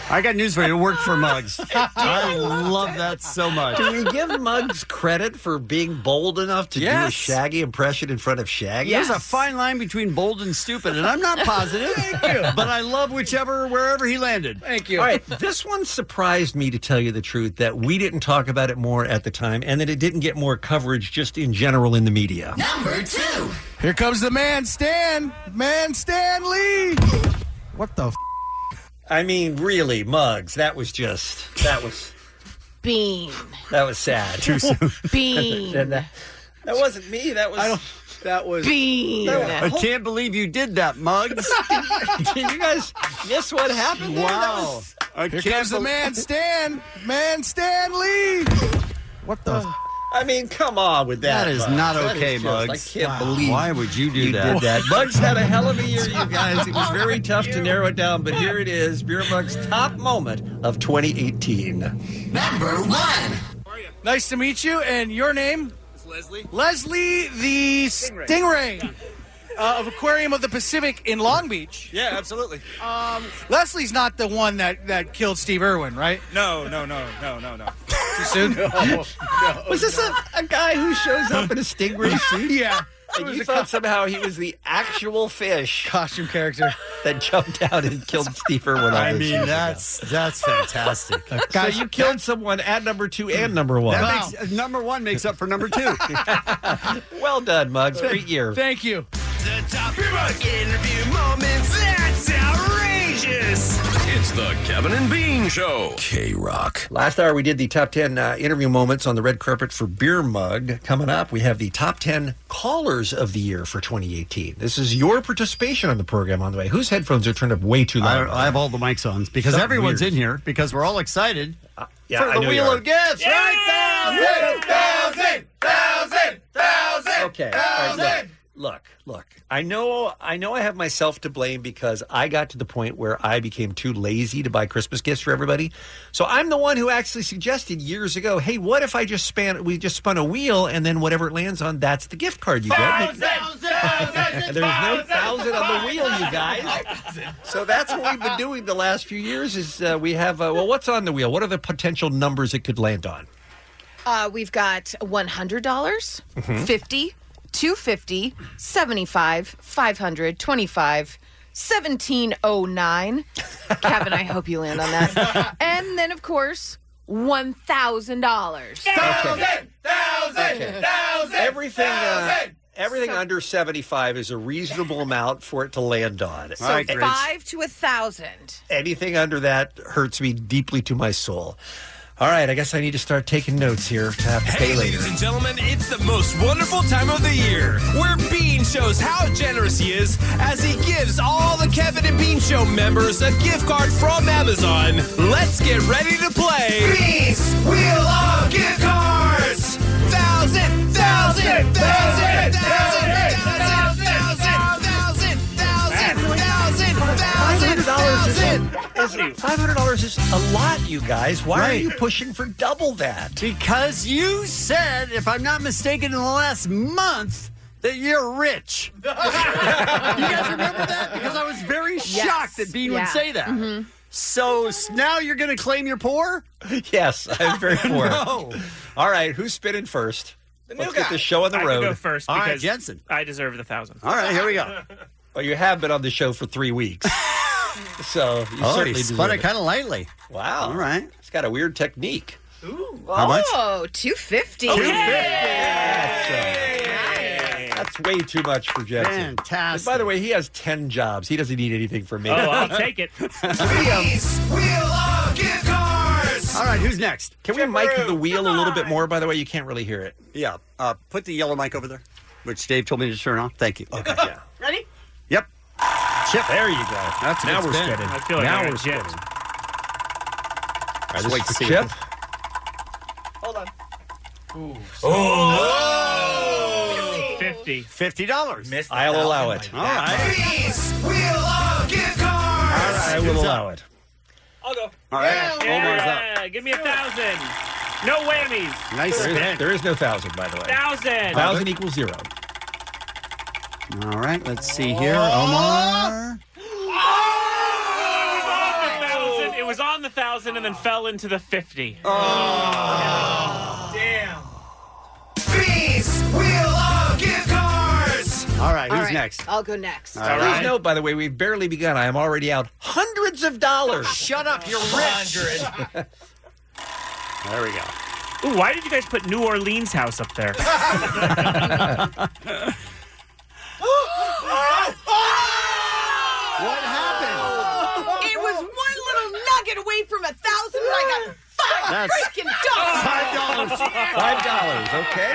S12: I got news for you. It worked for Muggs. I love that so much.
S13: Do we give Muggs credit for being bold enough to do a
S12: Yes.
S13: Shaggy impression in front of Shaggy?
S12: There's a fine line between bold and stupid, and I'm not positive. But I love whichever, wherever he landed.
S13: Thank you. All right, this one surprised me to tell you the truth that we didn't talk about it more at the time and that it didn't get more coverage just in general in the media.
S9: Number two.
S11: Here comes the man, Stan. Man, Stan Lee. What the? F-
S13: I mean, really, Muggs, that was just that was
S14: Bean.
S13: that was sad.
S14: Too soon. Bean.
S13: And that, that wasn't me. That was that was
S14: Bean.
S13: that was a
S12: I
S13: whole-
S12: can't believe you did that, Muggs.
S13: Did you guys miss what happened? There? That
S12: Wow.
S13: was-
S12: I
S11: Here
S12: can't
S11: comes the
S12: bel-
S11: man, Stan. Man, Stan Lee. What the? f-
S13: I mean, come on with that.
S12: That is
S13: Muggs.
S12: not
S13: That is
S12: okay,
S13: just-
S12: Muggs.
S13: I can't
S12: Wow.
S13: believe
S12: Why would you do
S13: you
S12: that?
S13: Did that. Muggs had a hell of a year, you guys. It was very tough to narrow it down, but here it is, Beer Muggs' top moment of 2018.
S9: Number one.
S11: Nice to meet you. And your name? Leslie. Leslie the Stingray, uh, of Aquarium of the Pacific in Long Beach.
S4: Yeah, absolutely.
S11: Um, Leslie's not the one that, that killed Steve Irwin, right?
S4: No, no, no, no, no, no.
S11: Too soon?
S13: Was this a, a guy who shows up in a stingray suit?
S11: yeah.
S13: And you thought somehow he was the actual fish
S11: costume character
S13: that jumped out and killed Steve Irwin. on
S12: I
S13: this
S12: mean,
S13: show.
S12: that's that's fantastic.
S13: so you killed someone at number two and number one.
S12: That makes, number one makes up for number two.
S13: well done, Muggs. Great year.
S11: Thank you.
S9: The top remote interview moments. That's outrageous.
S7: It's the Kevin and Bean Show. K Rock.
S13: Last hour, we did the top 10 uh, interview moments on the red carpet for Beer Mug. Coming up, we have the top 10 callers of the year for 2018. This is your participation on the program, on the way. Whose headphones are turned up way too
S12: I,
S13: loud?
S12: I have all the mics on because
S13: Something
S12: everyone's
S13: weird.
S12: in here because we're all excited
S13: yeah,
S12: for
S13: I
S12: the
S13: know you
S12: wheel
S13: are.
S12: of gifts. Right? Thousand, thousand, thousand, thousand.
S13: Okay. All right, look. look, look. I know, I know, I have myself to blame because I got to the point where I became too lazy to buy Christmas gifts for everybody. So I'm the one who actually suggested years ago, "Hey, what if I just span? We just spun a wheel, and then whatever it lands on, that's the gift card you get." There's no thousand on the wheel, you guys. So that's what we've been doing the last few years. Is uh, we have uh, well, what's on the wheel? What are the potential numbers it could land on?
S14: Uh, we've got one hundred dollars,
S13: Mhm.
S14: fifty, two fifty, seventy-five, five hundred, twenty-five. 1709. Kevin, I hope you land on that. And then, of course, $1,000.
S13: Everything. Uh, Everything under 75 is a reasonable amount for it to land on.
S14: So five to a thousand.
S13: Anything under that hurts me deeply to my soul. All right, I guess I need to start taking notes here to have to pay
S7: Hey,
S13: later.
S7: ladies and gentlemen, it's the most wonderful time of the year where Bean shows how generous he is as he gives all the Kevin and Bean Show members a gift card from Amazon. Let's get ready to play
S9: Bean's Wheel of Gift Cards. Thousand, thousand, thousand, thousand, thousand, thousand, thousand, thousand, thousand, thousand,
S13: $500 is, $500 is a lot, you guys. Why are you pushing for double that?
S12: Because you said, if I'm not mistaken, in the last month, that you're rich. you guys remember that? Because I was very
S9: Yes.
S12: shocked that Bean
S9: Yeah.
S12: would say that. So s- now you're going to claim you're poor?
S13: Yes, I'm very poor.
S12: No.
S13: All right, who's spinning first? Let's get this show on the
S15: I
S13: road.
S15: Can go first
S13: All
S15: because
S13: right,
S15: I deserve the thousand.
S13: All right, here we go. Well, you have been on the show for three weeks. so you
S12: Oh,
S13: certainly
S12: he spun
S13: deserve
S12: it kind of lightly.
S13: Wow. All
S12: right.
S13: It's got a weird technique.
S12: How much?
S14: Oh, 250.
S13: That's way too much for Jackson.
S12: Fantastic.
S13: by the way, he has 10 jobs. He doesn't need anything from me.
S9: Oh, I'll
S15: take it.
S9: Bean's Wheel of Gift Cards.
S12: All right, who's next?
S13: Can we mic the wheel a little bit more? By the way, you can't really hear it.
S12: Yeah. Uh, put the yellow mic over there, which Dave told me to turn off. Thank you. Okay. yeah.
S9: Ready?
S12: Yep. Chip.
S13: There you go.
S12: That's a
S13: now
S12: good
S13: we're
S12: spin.
S13: spinning.
S12: I feel like
S13: now
S12: I got
S13: we're
S12: chipped.
S13: spinning. All right,
S12: Let's
S13: this
S12: wait
S13: is
S12: to
S13: for
S12: see
S13: Chip.
S9: Ooh.
S15: Fifty.
S12: Fifty dollars.
S13: I'll allow it. All right.
S9: Bean's Wheel of Gift Cards.
S13: I will allow it.
S15: I'll go.
S13: All right.
S15: Yeah, give me a thousand. No whammies.
S12: Nice
S13: There
S12: spin.
S13: is, there is no thousand, by the way.
S15: Thousand.
S13: Thousand equals zero.
S12: All right. Let's see here. Omar.
S15: Thousand. It was on the thousand and then fell into the fifty.
S9: Damn. Bean's Wheel of Gift Cards.
S12: All right.
S14: All
S12: Who's
S14: right,
S12: next?
S14: I'll go next.
S13: All right. Please note, by the way, we've barely begun. I am already out hundreds of dollars. Shut up. You're rich. There we go.
S15: Ooh, why did you guys put New Orleans house up there?
S12: What happened?
S14: It was one little nugget away from a thousand, and I got five
S9: That's-
S14: freaking dollars.
S9: Five dollars.
S13: Five dollars. Okay.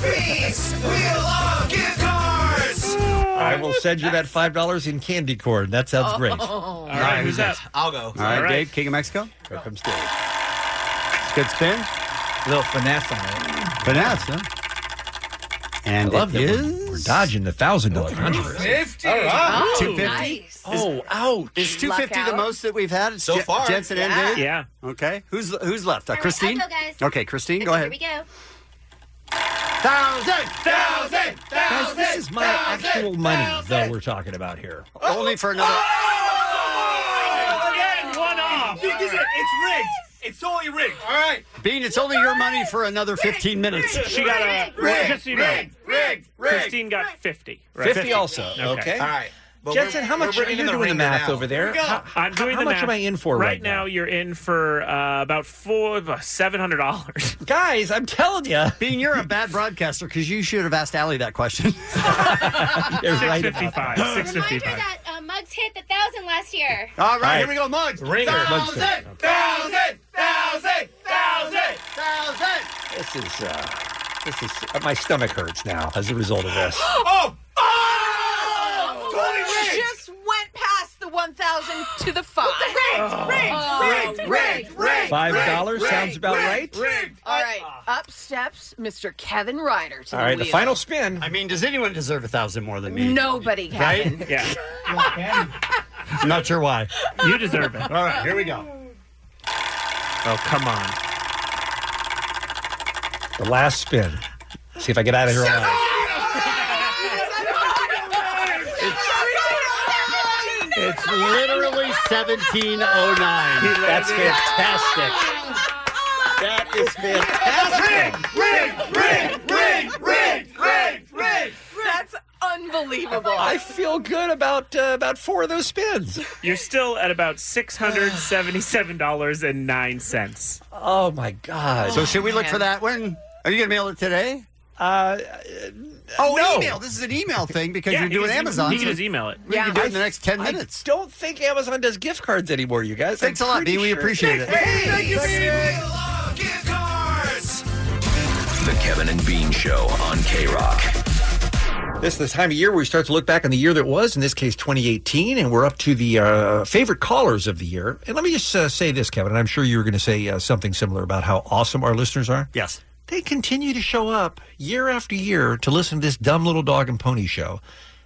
S9: Bean's Wheel of Gift Cards.
S13: I will send you that five dollars in candy corn. That sounds great.
S12: Oh.
S9: All
S13: right, right, who's who's up?
S1: I'll go.
S13: All right, All right. Dave,
S12: King of Mexico.
S13: Here comes Dave.
S12: Good spin.
S1: little finesse on it.
S12: Finesse, huh? And
S13: I love
S12: it
S13: that
S12: is.
S13: we're, we're dodging the thousand dollar controversy.
S1: Fifty.
S12: All right.
S13: Oh,
S12: 250.
S13: nice. Oh, ouch.
S12: Is
S13: Luck
S12: 250 the
S13: out.
S12: most that we've had
S13: So
S12: Je-
S13: far.
S12: Jensen
S13: Yeah.
S12: and Dave?
S13: Yeah.
S12: Okay. Who's who's left? Uh, Christine?
S19: I'll go, guys.
S12: Okay, Christine, go
S19: Okay,
S12: ahead.
S19: Here we go.
S12: Thousand,
S9: thousand, Oh.
S13: Guys, this is my actual money that we're talking about here.
S12: Only for another.
S9: Again, one off. It's rigged. It's totally rigged. All right.
S12: Bean, it's only your money for another 15 minutes.
S15: She got a
S12: Rigged,
S15: just so you know,
S12: rigged, rigged, rigged.
S15: Christine got fifty. right?
S13: 50, also. Okay.
S15: All right. But
S13: Jensen,
S15: we're-
S13: how much
S15: we're
S13: are
S15: bringing the
S13: you doing the
S15: ringer
S13: math
S15: now.
S13: over there? How,
S15: I'm doing
S13: how
S15: the
S13: much
S15: math.
S13: am I in for
S15: right,
S13: right,
S15: now? You're in for uh, about four, seven hundred dollars.
S13: Guys, I'm telling you.
S12: Bean, you're a bad broadcaster because you should have asked Allie that question.
S15: Six fifty-five. Six fifty-five.
S19: That uh, Mugs hit the thousand last year.
S12: All right, here we go, Mugs.
S13: Ringer. Mugs.
S12: Thousand,
S9: thousand, thousand, thousand,
S12: thousand.
S13: This is uh, this is uh, my stomach hurts now as a result of this.
S9: Oh,
S14: She just went past the Oh. 1,000 to the 5.
S9: rigged, rigged, rigged, rigged,
S1: Five dollars sounds about right.
S14: All right, up steps Mr. Kevin Ryder. To
S12: All right, the
S14: wheel.
S12: final
S13: spin.
S12: I mean, does anyone deserve a thousand more than me?
S14: Nobody, Kevin.
S12: Right?
S15: Yeah.
S12: I'm not sure why.
S15: You deserve it.
S12: All right, here we go.
S15: Oh, come on.
S13: The last spin. See if I get out of here alive.
S12: It's literally 1709. That's fantastic. That is fantastic.
S14: That's unbelievable.
S13: I feel good about uh, about four of those spins.
S15: You're still at about six hundred seventy-seven dollars and nine cents.
S13: Oh my God!
S12: So should we
S14: Oh,
S12: look for that one? Are you going to mail it today?
S13: Uh,
S12: oh,
S13: no.
S12: email. This is an email thing because
S13: Yeah,
S12: you're
S13: he
S12: doing
S13: can-
S12: Amazon.
S13: he can
S12: so
S13: just email it.
S12: We
S13: Yeah.
S12: can do it
S13: I-
S12: in the next 10
S13: I
S12: minutes.
S13: don't think Amazon does gift cards anymore, you guys.
S12: Thanks a lot,
S13: pretty
S12: Dean. We appreciate it.
S13: Thank you, Dean.
S21: The Kevin and Bean Show on K Rock.
S13: This is the time of year where we start to look back on the year that was, in this case, 2018, and we're up to the uh, favorite callers of the year. And let me just uh, say this, Kevin, and I'm sure you were going to say uh, something similar about how awesome our listeners are.
S12: Yes.
S13: They continue to show up year after year to listen to this dumb little dog and pony show.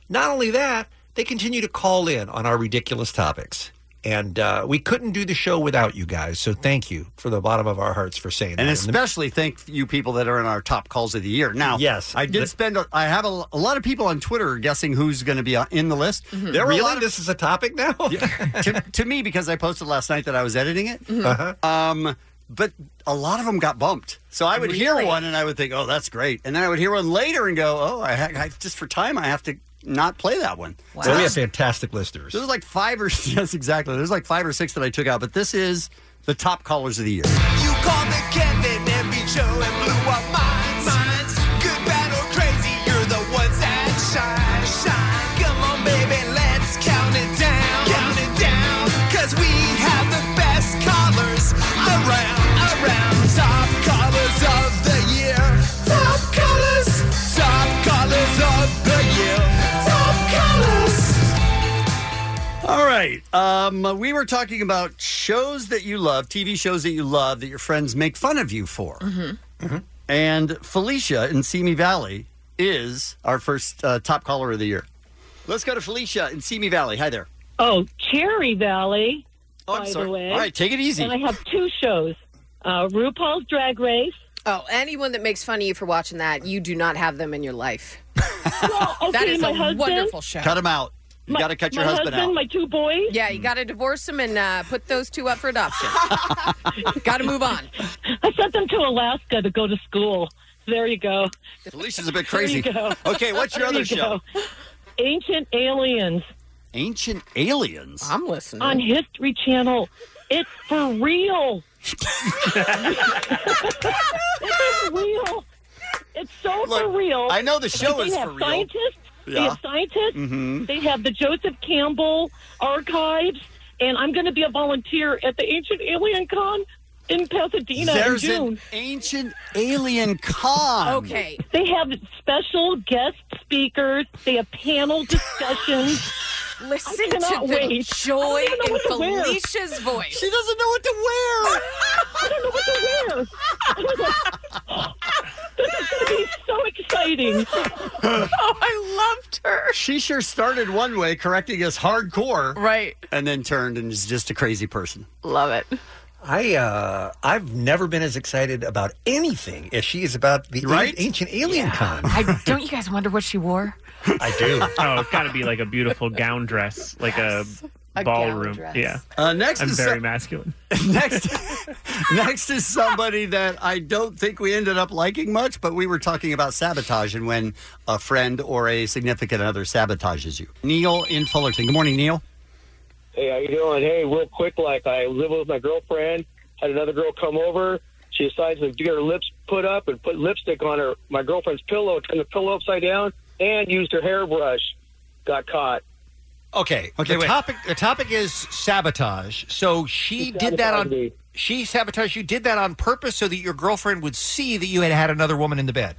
S13: Not only that, they continue to call in on our ridiculous topics. And uh, we couldn't do the show without you guys. So thank you for the bottom of our hearts for saying that.
S12: And
S13: the-
S12: especially thank you people that are in our top calls of the year. Now,
S13: Yes.
S12: I did
S13: The-
S12: spend. A, I have a, a lot of people on Twitter guessing who's going to be on- in the list. There were
S13: Really?
S12: a lot of,
S13: this is a topic now.
S12: to, to me, because I posted last night that I was editing it.
S13: Mhm.
S12: Um, but a lot of them got bumped. So I would hear
S13: Really?
S12: one and I would think, "Oh, that's great," and then I would hear one later and go, "Oh, I, ha- I just for time, I have to not play that one." So
S13: Well, we
S12: this-
S13: have fantastic listeners.
S12: there's like five or yes, exactly. There's like five or six that I took out, but this is the top callers of the year.
S9: You called the Kevin and Bean Show and blew up minds. minds. Good, bad, or crazy, you're the ones that shine, shine. Come on, baby, let's count it down. Count it down, cause we have the best callers around, around. Top callers of the year. Top callers. Top callers of the year. Top callers.
S12: All right. Um, we were talking about shows that you love, TV shows that you love that your friends make fun of you for.
S9: Mm-hmm.
S12: And Felicia in Simi Valley is our first uh, top caller of the year. Let's go to Felicia in Simi Valley. Hi there.
S22: Oh, Cherry Valley.
S12: Oh, I'm
S22: by
S12: sorry.
S22: The way.
S12: All right, take it easy.
S22: And I have two shows uh, RuPaul's Drag Race.
S14: Oh, anyone that makes fun of you for watching that, you do not have them in your life. that
S22: okay,
S14: is
S22: my
S14: a
S22: husband-
S14: wonderfand. show.
S12: Cut him out. You
S14: My-
S12: got to cut your
S22: my
S12: husband,
S22: husband,
S12: out.
S22: my two boys.
S14: Yeah, you got to divorce them and uh, put those two up for adoption. got to move on.
S22: I sent them to Alaska to go to school. There you go.
S12: Felicia's a bit
S22: There you
S12: crazy.
S22: go.
S12: Okay, what's your
S22: There
S12: other
S22: you
S12: show?
S22: go. Ancient Aliens
S12: Ancient Aliens.
S14: I'm listening.
S22: on History Channel. It's for real. it's for real. It's so for real.
S12: I know the show
S22: they
S12: is
S22: have
S12: for real.
S22: scientists. They
S12: Yeah.
S22: have scientists.
S12: Mhm.
S22: They have the Joseph Campbell archives, and I'm going to be a volunteer at the Ancient Alien Con in Pasadena
S12: There's
S22: in June.
S12: an Ancient Alien Con.
S22: Okay. They have special guest speakers. They have panel discussions.
S14: Listen
S22: I cannot
S14: to the
S22: wait.
S14: joy
S22: I don't even know
S14: in
S22: what to wear.
S14: Felicia's voice.
S12: She doesn't know what to wear.
S22: I don't know what to wear. I was like, this is going to be so exciting.
S12: oh, I loved her. She sure started one way, correcting us hardcore.
S14: Right.
S12: And then turned and is just a crazy person.
S14: Love it.
S13: I uh, I've never been as excited about anything as she is about the an-
S15: Right?
S13: ancient alien con.
S14: I, don't you guys wonder what she wore?
S13: I do.
S15: Oh, it's got to be like a beautiful gown dress, like a,
S14: A gown
S15: ballroom.
S14: dress.
S15: Yeah.
S12: Uh, next
S15: I'm
S12: is
S15: very
S12: so-
S15: masculine.
S12: next, next is somebody that I don't think we ended up liking much, but we were talking about sabotage and when a friend or a significant other sabotages you. Neil in Fullerton. Good morning, Neil.
S20: Hey, how you doing? Hey, real quick, like I live with my girlfriend. Had another girl come over. She decides to get her lips put up and put lipstick on her my girlfriend's pillow. Turned the pillow upside down and used her hairbrush. Got caught.
S13: Okay.
S20: Okay,
S13: The
S20: wait.
S13: topic the topic is sabotage. So she did that
S20: sabotaged
S13: on she sabotaged you did that on purpose so that your girlfriend would see that you had had another woman in the bed.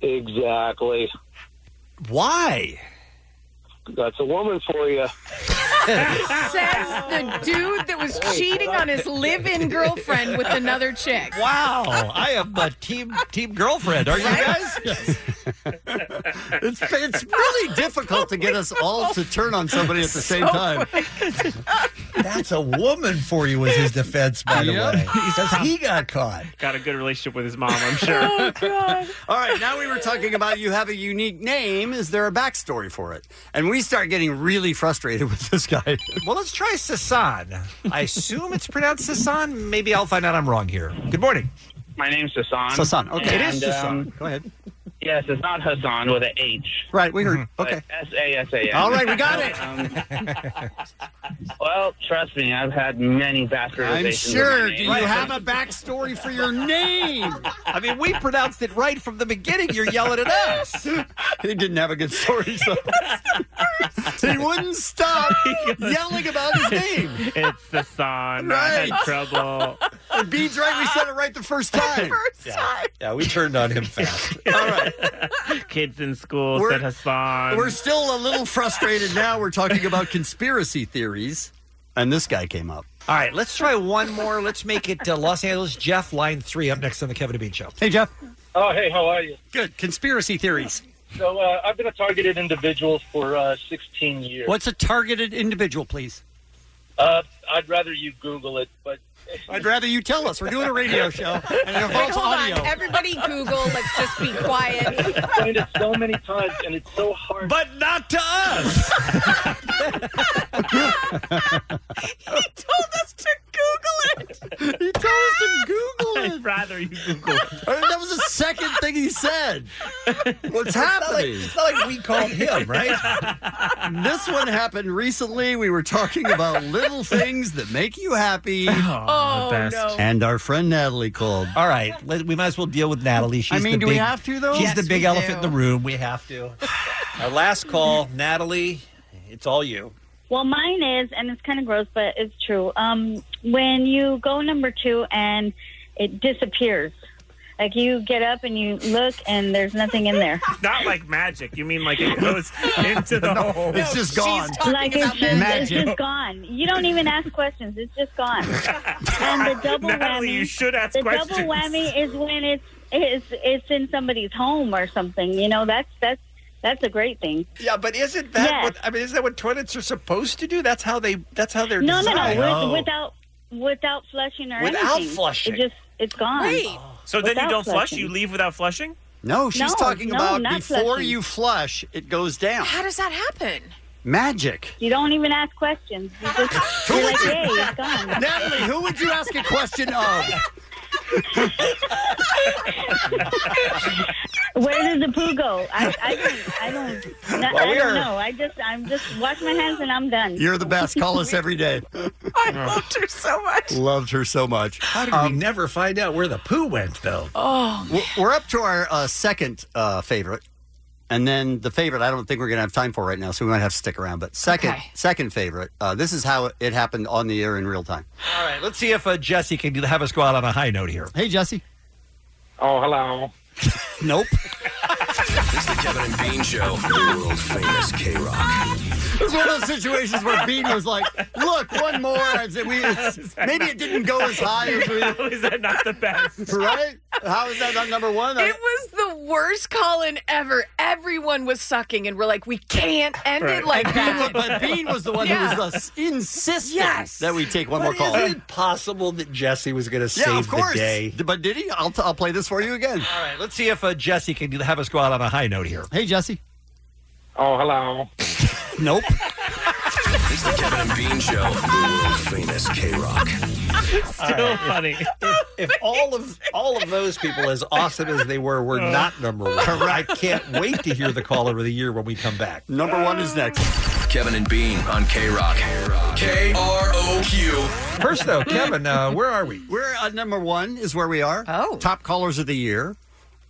S20: Exactly.
S13: Why?
S20: That's a woman for you.
S14: Says the dude that was cheating on his live-in girlfriend with another chick.
S12: Oh,
S13: Wow, I am a team team girlfriend. Are you guys?
S12: it's, it's really difficult to get us all to turn on somebody at the same
S13: So
S12: time.
S13: That's a woman for you, was his defense, by the
S12: Yep.
S13: way. Because he got caught.
S15: Got a good relationship with his mom, I'm sure.
S12: All right, now we were talking about you have a unique name. Is there a backstory for it? And we start getting really frustrated with this guy.
S13: Well, let's try Sasan. I assume it's pronounced Sasan. Maybe I'll find out I'm wrong here. Good morning.
S6: My name's Sasan.
S13: Sasan, okay. It is Sasan.
S6: Go ahead. Yes, it's not Hassan with an H.
S12: Right, we heard.
S6: but S A S A N.
S12: All right, we got
S6: Um, well, trust me, I've had many bastardizations.
S12: I'm
S6: Of my
S12: sure. Do
S6: name.
S12: you have a backstory for your name?
S13: I mean, we pronounced it right from the beginning. You're yelling at us.
S12: he didn't have a good story, so he wouldn't stop yelling about his name.
S15: it's the
S6: uh,
S15: son. I had
S12: Right.
S15: trouble.
S12: And Bede's right. We said it right the first time. first time.
S13: Yeah, we turned on him fast.
S15: Kids in school
S12: We're-
S15: said Hassan.
S12: We're still a little frustrated now. We're talking about conspiracy theories, and this guy came up.
S13: All right, let's try one more. Let's make it uh, Los Angeles. Jeff, line three, up next on the Kevin and Bean Show.
S12: Hey, Jeff.
S23: Oh, hey, how are you?
S12: Good. Conspiracy theories.
S23: So uh, I've been a targeted individual for uh, 16 years.
S12: What's a targeted individual, please?
S23: Uh, I'd rather you Google it, but
S12: I'd rather you tell us. We're doing a radio show, and it
S6: Wait,
S12: involves
S6: hold on.
S12: audio.
S6: Everybody Google. Let's just be quiet.
S23: explained it so many times, and it's so hard.
S13: But not to us.
S6: he told us to Google it.
S12: He told us to Google it.
S23: I'd rather you Google it.
S12: I mean, that was the second thing he said. What's
S13: It's not like-
S12: happening?
S13: it's not like we called him, right?
S12: this one happened recently. We were talking about little things that make you happy.
S13: Oh, the best. no.
S12: And our friend Natalie called.
S13: All right, let- we might as well deal with Natalie. She's
S12: I mean,
S13: the
S12: do we
S13: big-
S12: have to, though?
S13: She's
S12: Yes,
S13: the big
S12: we
S13: elephant
S12: do.
S13: in the room. We have to. Our last call, Natalie. It's all you.
S24: Well, mine is, and it's kind of gross, but it's true. Um, when you go number two and it disappears, like you get up and you look and there's nothing in there.
S15: Not like magic. You mean like it goes into the hole?
S24: it's just No,
S12: gone.
S24: Like it's just, it's just gone. You don't even ask questions. It's just gone. And the double
S15: Natalie,
S24: whammy.
S15: you should ask
S24: the
S15: questions.
S24: double whammy is when it's it's it's in somebody's home or something. You know, that's that's that's a great thing.
S13: Yeah, but isn't that what I mean? Is that what toilets are supposed to do? That's how they. That's how they're
S24: No, no, no,
S13: designed.
S24: with, without without flushing or
S13: Without
S24: anything.
S13: flushing.
S24: It just it's gone.
S15: So then
S24: Without
S15: you don't flush.
S24: flushing.
S15: You leave without flushing.
S12: No, she's
S24: No,
S12: talking
S24: no,
S12: about
S24: not
S12: before
S24: flushing.
S12: you flush, it goes down.
S24: How does that happen?
S12: Magic.
S24: You don't even ask questions. You just you're like, hey, it's gone.
S12: Natalie, who would you ask a question of?
S24: Where does the poo go? I, I don't, I don't, no,
S12: Well,
S24: I
S12: we
S24: don't
S12: are-
S24: know. I just, I'm just wash my hands and I'm done.
S12: You're the best. Call us every day.
S24: I loved her so much.
S12: Loved her so much. Um,
S13: How did we never find out where the poo went, though?
S24: Oh,
S12: We're- We're up to our uh, second uh, favorite, and then the favorite I don't think we're going to have time for right now, so we might have to stick around. But second, second favorite. Uh, this is how it happened on the air in real time.
S13: All right, let's see if uh, Jesse can have us go out on a high note here.
S12: Hey, Jesse.
S23: Oh, hello.
S12: Nope.
S21: It's the Kevin and Bean Show, the world famous K Rock.
S12: It was one of those situations where Bean was like, "Look, one more." I said, we, it's- maybe it didn't go as high as we.
S15: How is that not the best?
S12: Right? How is that not number one?
S14: It was the worst call-in ever. Everyone was sucking, and we're like, we can't end
S12: Right.
S14: it like
S12: And Bean
S14: that.
S12: was- but Bean was the one who was the s- insistent
S14: Yes.
S12: that we take one
S13: But
S12: more call.
S13: Is it possible that Jesse was going to save
S12: yeah, of course.
S13: the day?
S12: D- But did he? I'll, t- I'll play this for you again.
S13: All right, let's see if uh, Jesse can have us go out on a high note here.
S12: Hey, Jesse.
S23: Oh, hello.
S12: Nope.
S21: It's the Kevin and Bean Show, the world famous K Rock.
S13: All right.
S15: funny.
S13: If, if all of all of those people, as awesome as they were,
S15: Oh.
S13: were not number one, I can't wait to hear the caller of the year when we come back.
S12: Number one is next.
S21: Kevin and Bean on K Rock. K R O Q.
S13: First, though, Kevin, uh, where are we?
S12: We're at number one is where we are. Oh. Top callers of the year.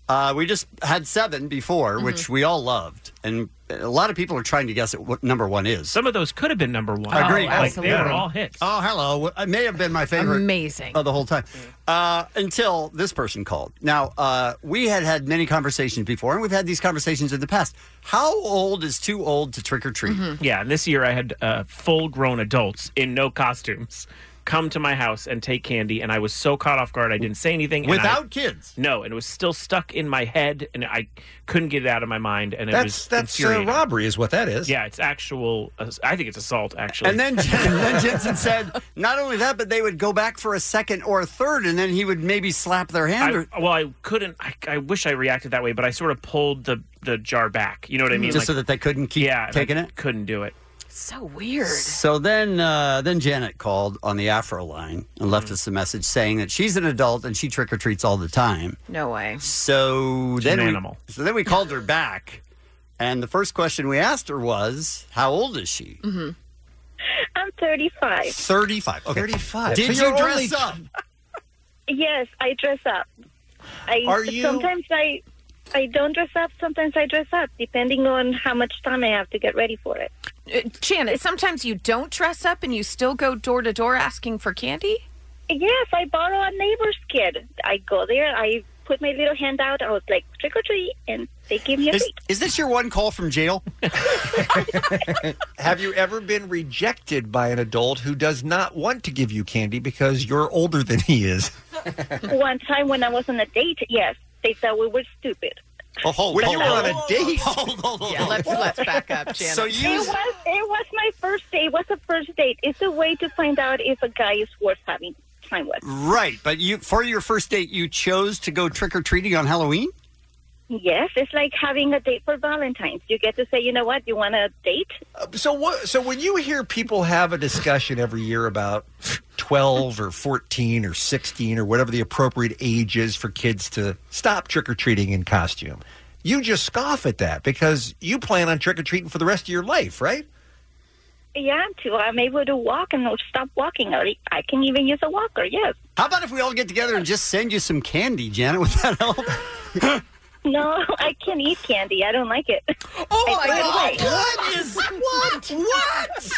S12: Uh, we just had seven before, which we all loved, and a lot of people are trying to guess at what number one is. Some
S15: of those could have been number one.
S12: Agreed.
S15: Oh, Like, they were all hits.
S12: Oh, hello. It may have been my favorite.
S14: Amazing.
S12: Of Oh, the whole time, uh, until this person called. Now uh, we had had many conversations before, and we've had these conversations in the past. How old is too old to trick or treat?
S14: Mm-hmm.
S15: Yeah, and this year I had uh, full grown adults in no costumes come to my house and take candy, and I was so caught off guard I didn't say anything. and I-
S12: Without kids?
S15: No, and it was still stuck in my head, and I couldn't get it out of my mind, and it
S13: That's-
S15: was
S13: that's, uh,
S15: infuriating.
S13: robbery is what that is.
S15: Yeah, it's actual. Uh, I think it's assault actually.
S12: And then, and then Jensen said, not only that, but they would go back for a second or a third, and then he would maybe slap their hand.
S15: I,
S12: or,
S15: well, I couldn't. I, I wish I reacted that way, but I sort of pulled the the jar back. You know what I mean?
S12: Mm-hmm. Just so that they couldn't keep taking it?
S15: Couldn't do it.
S14: So weird.
S12: so then, uh, then Janet called on the Afro line and left
S14: Mm.
S12: us a message saying that she's an adult and she trick or treats all the time.
S14: No way.
S12: So
S14: She's
S12: then,
S14: an
S12: we,
S14: animal.
S12: so then we called her back, and the first question we asked her was, "How old is she?"
S25: Mm-hmm. I'm 35.
S12: 35. Okay.
S25: 35.
S12: Did
S25: So
S12: you
S25: you're
S12: dress
S25: only-
S12: up?
S25: Yes, I dress up. I
S12: Are you-
S25: sometimes I I don't dress up, sometimes I dress up depending on how much time I have to get ready for it.
S14: Uh, Janet, sometimes you don't dress up and you still go door to door asking for candy?
S25: Yes, I borrow a neighbor's kid. I go there, I put my little hand out, I was like trick or treat and they give me a
S12: Is,
S25: treat.
S12: is this your one call from jail?
S13: Have you ever been rejected by an adult who does not want to give you candy because you're older than he is?
S25: One time when I was on a date, yes, they thought we were stupid.
S12: Oh, hold,
S13: when
S25: hold,
S13: you were on
S25: hold,
S13: a
S25: hold,
S13: date.
S14: Yeah, let's let's back up, Janet.
S25: So It was it was my first date. It was a first date. It's a way to find out if a guy is worth having time with.
S12: Right, but you for your first date, you chose to go trick or treating on Halloween.
S25: Yes, it's like having a date for Valentine's. You get to say, you know what, you want a date?
S13: So what? So when you hear people have a discussion every year about twelve or fourteen or sixteen or whatever the appropriate age is for kids to stop trick or treating in costume, you just scoff at that because you plan on trick or treating for the rest of your life, right?
S25: Yeah, to I'm able to walk and stop walking. Or I can even use a walker. Yes.
S12: How about if we all get together and just send you some candy, Janet? Would that help?
S25: No, I can't eat candy. I don't like it. Oh
S9: my God. What
S25: is what? What?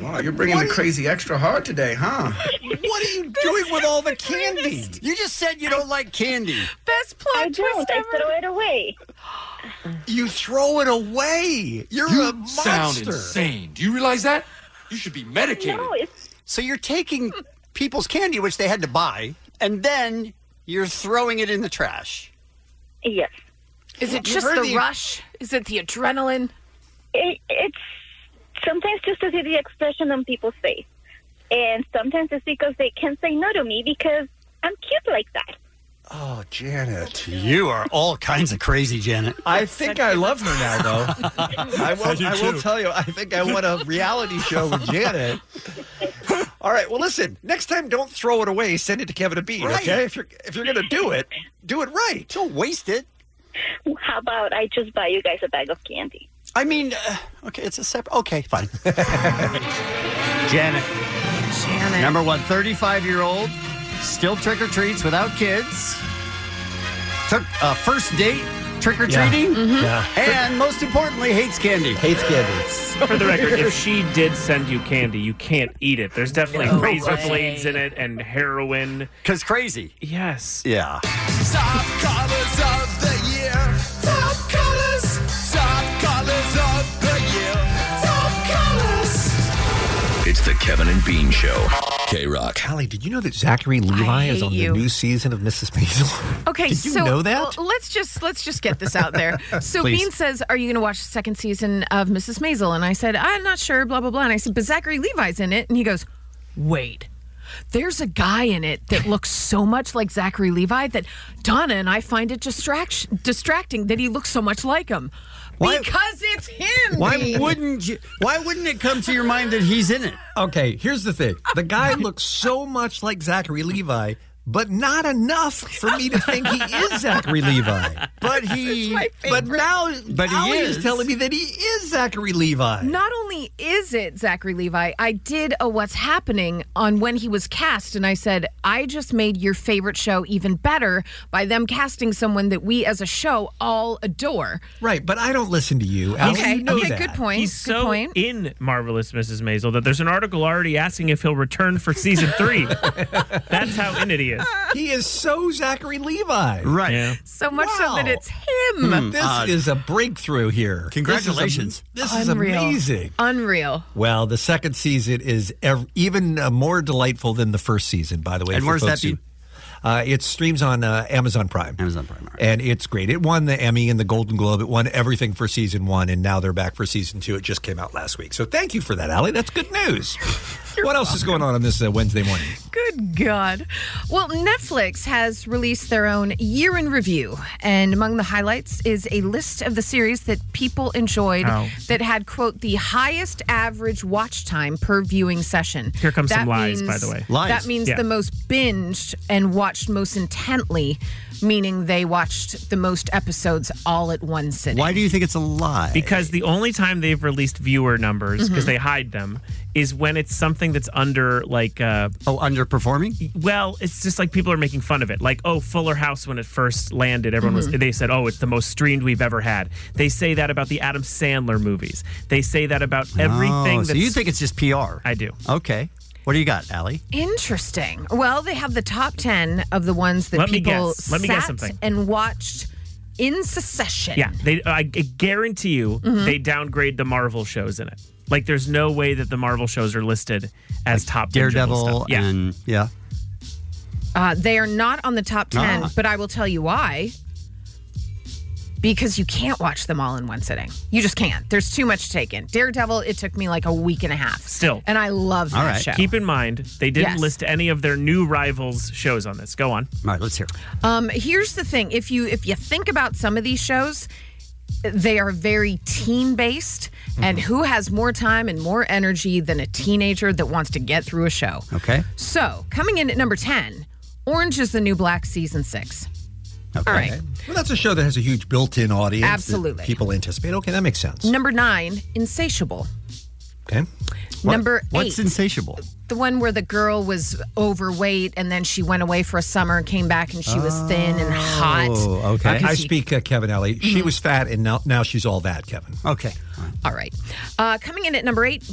S10: Wow, you're bringing the crazy extra hard today, huh?
S13: What are you doing with all the candy?
S12: You just said you don't like candy.
S25: Best plot I don't. I throw it away.
S13: You throw it away. You're a monster.
S10: sound insane.
S12: Do you realize that? You should be
S25: medicated. No, it's-
S12: So you're taking people's candy, which they had to buy, and then you're throwing it in the trash.
S25: Yes.
S14: Is it
S12: You've
S14: just
S12: heard
S14: the
S12: the-
S14: rush? Is it the adrenaline?
S25: It, it's sometimes just to see the expression on people's face, and sometimes it's because they can't say no to me because I'm cute like that.
S13: Oh, Janet.
S12: You are all kinds of crazy, Janet.
S13: I think I love her now, though. I will, I will tell you, I think I want a reality show with Janet. All right, well, listen, next time don't throw it away. Send it to Kevin and Bean,
S25: Right.
S13: okay? If you're, if you're going to do it, do it right.
S12: Don't waste it.
S25: How about I just buy you guys a bag of candy?
S12: I mean, uh, okay, it's a separate. Okay, fine. Janet.
S14: Janet.
S12: Number one, 35 year old, still trick or treats without kids. Took a first date trick or treating. And most importantly, hates candy.
S13: Mm-hmm. Hates candy.
S15: For the record, if she did send you candy, you can't eat it. There's definitely
S13: No
S15: razor
S13: way.
S15: blades in it and heroin.
S12: Cause crazy.
S15: Yes.
S12: Yeah.
S9: Top colors of the year. Top colors. Top colors of the year. Top colors.
S21: It's the Kevin and Bean Show. K Rock.
S13: Callie, did you know that Zachary Levi is
S14: hate
S13: on
S14: you.
S13: the new season of Mrs. Maisel?
S14: Okay,
S13: did you
S14: so
S13: know that?
S14: well, let's just let's just get this out there. So
S13: Please.
S14: Bean says, "Are you going to watch the second season of Mrs. Maisel?" And I said, "I'm not sure." Blah blah blah. And I said, "But Zachary Levi's in it," and he goes, "Wait." There's a guy in it that looks so much like Zachary Levi that Donna and I find it distraction distracting that he looks so much like him. because it's him.
S12: Why
S14: Bean.
S12: wouldn't you? Why wouldn't it come to your mind that he's in it?
S13: Okay, here's the thing. The guy looks so much like Zachary Levi but not enough for me to think he is Zachary Levi. But he, but now,
S12: But he
S13: now he's
S12: is.
S13: telling me that he is Zachary Levi.
S14: Not only is it Zachary Levi, I did a What's Happening on when he was cast, and I said, I just made your favorite show even better by them casting someone that we as a show all adore.
S13: Right, but I don't listen to you.
S14: Alex. Okay, You know okay, that. good point,
S15: He's
S14: good
S15: so
S14: point.
S15: in Marvelous Mrs. Maisel that there's an article already asking if he'll return for season three. That's how in it he is.
S13: He is so Zachary Levi.
S12: Right.
S14: So much so that it's him.
S13: Hmm, This is a breakthrough here.
S12: Congratulations.
S13: This is, am- this is
S14: Unreal.
S13: amazing.
S14: Unreal.
S13: Well, the second season is ev- even uh, more delightful than the first season, by the way.
S12: And
S13: for
S12: where's that
S13: folks who-
S12: be?
S13: Uh, it streams on uh, Amazon Prime.
S12: Amazon Prime,
S13: and it's great. It won the Emmy and the Golden Globe. It won everything for season one, and now they're back for season two. It just came out last week, so thank you for that, Allie. That's good news. what else is going on on this uh, Wednesday morning?
S14: Good God. Well, Netflix has released their own year in review. And among the highlights is a list of the series that people enjoyed
S15: Ow.
S14: that had, quote, the highest average watch time per viewing session.
S15: Here comes
S14: that
S15: some lies, by the way. Lies.
S14: That means
S15: Yeah.
S14: the most binged and watched most intently, meaning they watched the most episodes all at one sitting.
S12: Why do you think it's a lie?
S15: Because the only time they've released viewer numbers, because
S14: Mhm.
S15: they hide them, is when it's something that's under like uh,
S12: oh underperforming.
S15: Well, it's just like people are making fun of it. Like oh, Fuller House when it first landed, everyone
S14: Mhm.
S15: was they said oh it's the most streamed we've ever had. They say that about the Adam Sandler movies. They say that about everything.
S12: Oh,
S15: that's,
S12: so you think it's just PR?
S15: I do.
S12: Okay. What do you got, Allie?
S14: Interesting. Well, they have the top 10 of the ones that
S15: Let me
S14: people
S15: guess. Let me guess
S14: sat
S15: something.
S14: and watched in succession.
S15: Yeah, they. I gu- guarantee you,
S14: Mhm.
S15: they downgrade the Marvel shows in it. Like, there's no way that the Marvel shows are listed as top bingeable
S12: Daredevil
S15: stuff. Yeah,
S12: and yeah.
S14: Uh, they are not on the top 10,
S12: Ah.
S14: but I will tell you why. Because you can't watch them all in one sitting. You just can't. There's too much to take in. Daredevil, it took me like a week and a half.
S15: still.
S14: And I love that show.
S15: Keep in mind, they didn't
S14: Yes.
S15: list any of their new rivals' shows on this. Go on.
S12: All right, let's hear.
S14: Um, here's the thing: if you if you think about some of these shows, they are very teen based, and
S15: Mm-hmm.
S14: who has more time and more energy than a teenager that wants to get through a show?
S12: Okay.
S14: So coming in at number ten, Orange is the New Black season six. All right.
S13: Well, that's a show that has a huge built-in audience. that
S14: Absolutely.
S13: people anticipate. Okay, that makes sense.
S14: Number nine, Insatiable.
S13: Okay.
S14: Number
S12: What's
S14: eight.
S12: insatiable?
S14: The one where the girl was overweight and then she went away for a summer and came back and she was thin and hot.
S13: Oh, okay. I
S14: Because he-
S13: speak uh, Kevin Alley. She was fat, and now, now she's all that, Kevin.
S12: Okay.
S14: Mm-hmm. All right. Uh, coming in at number eight,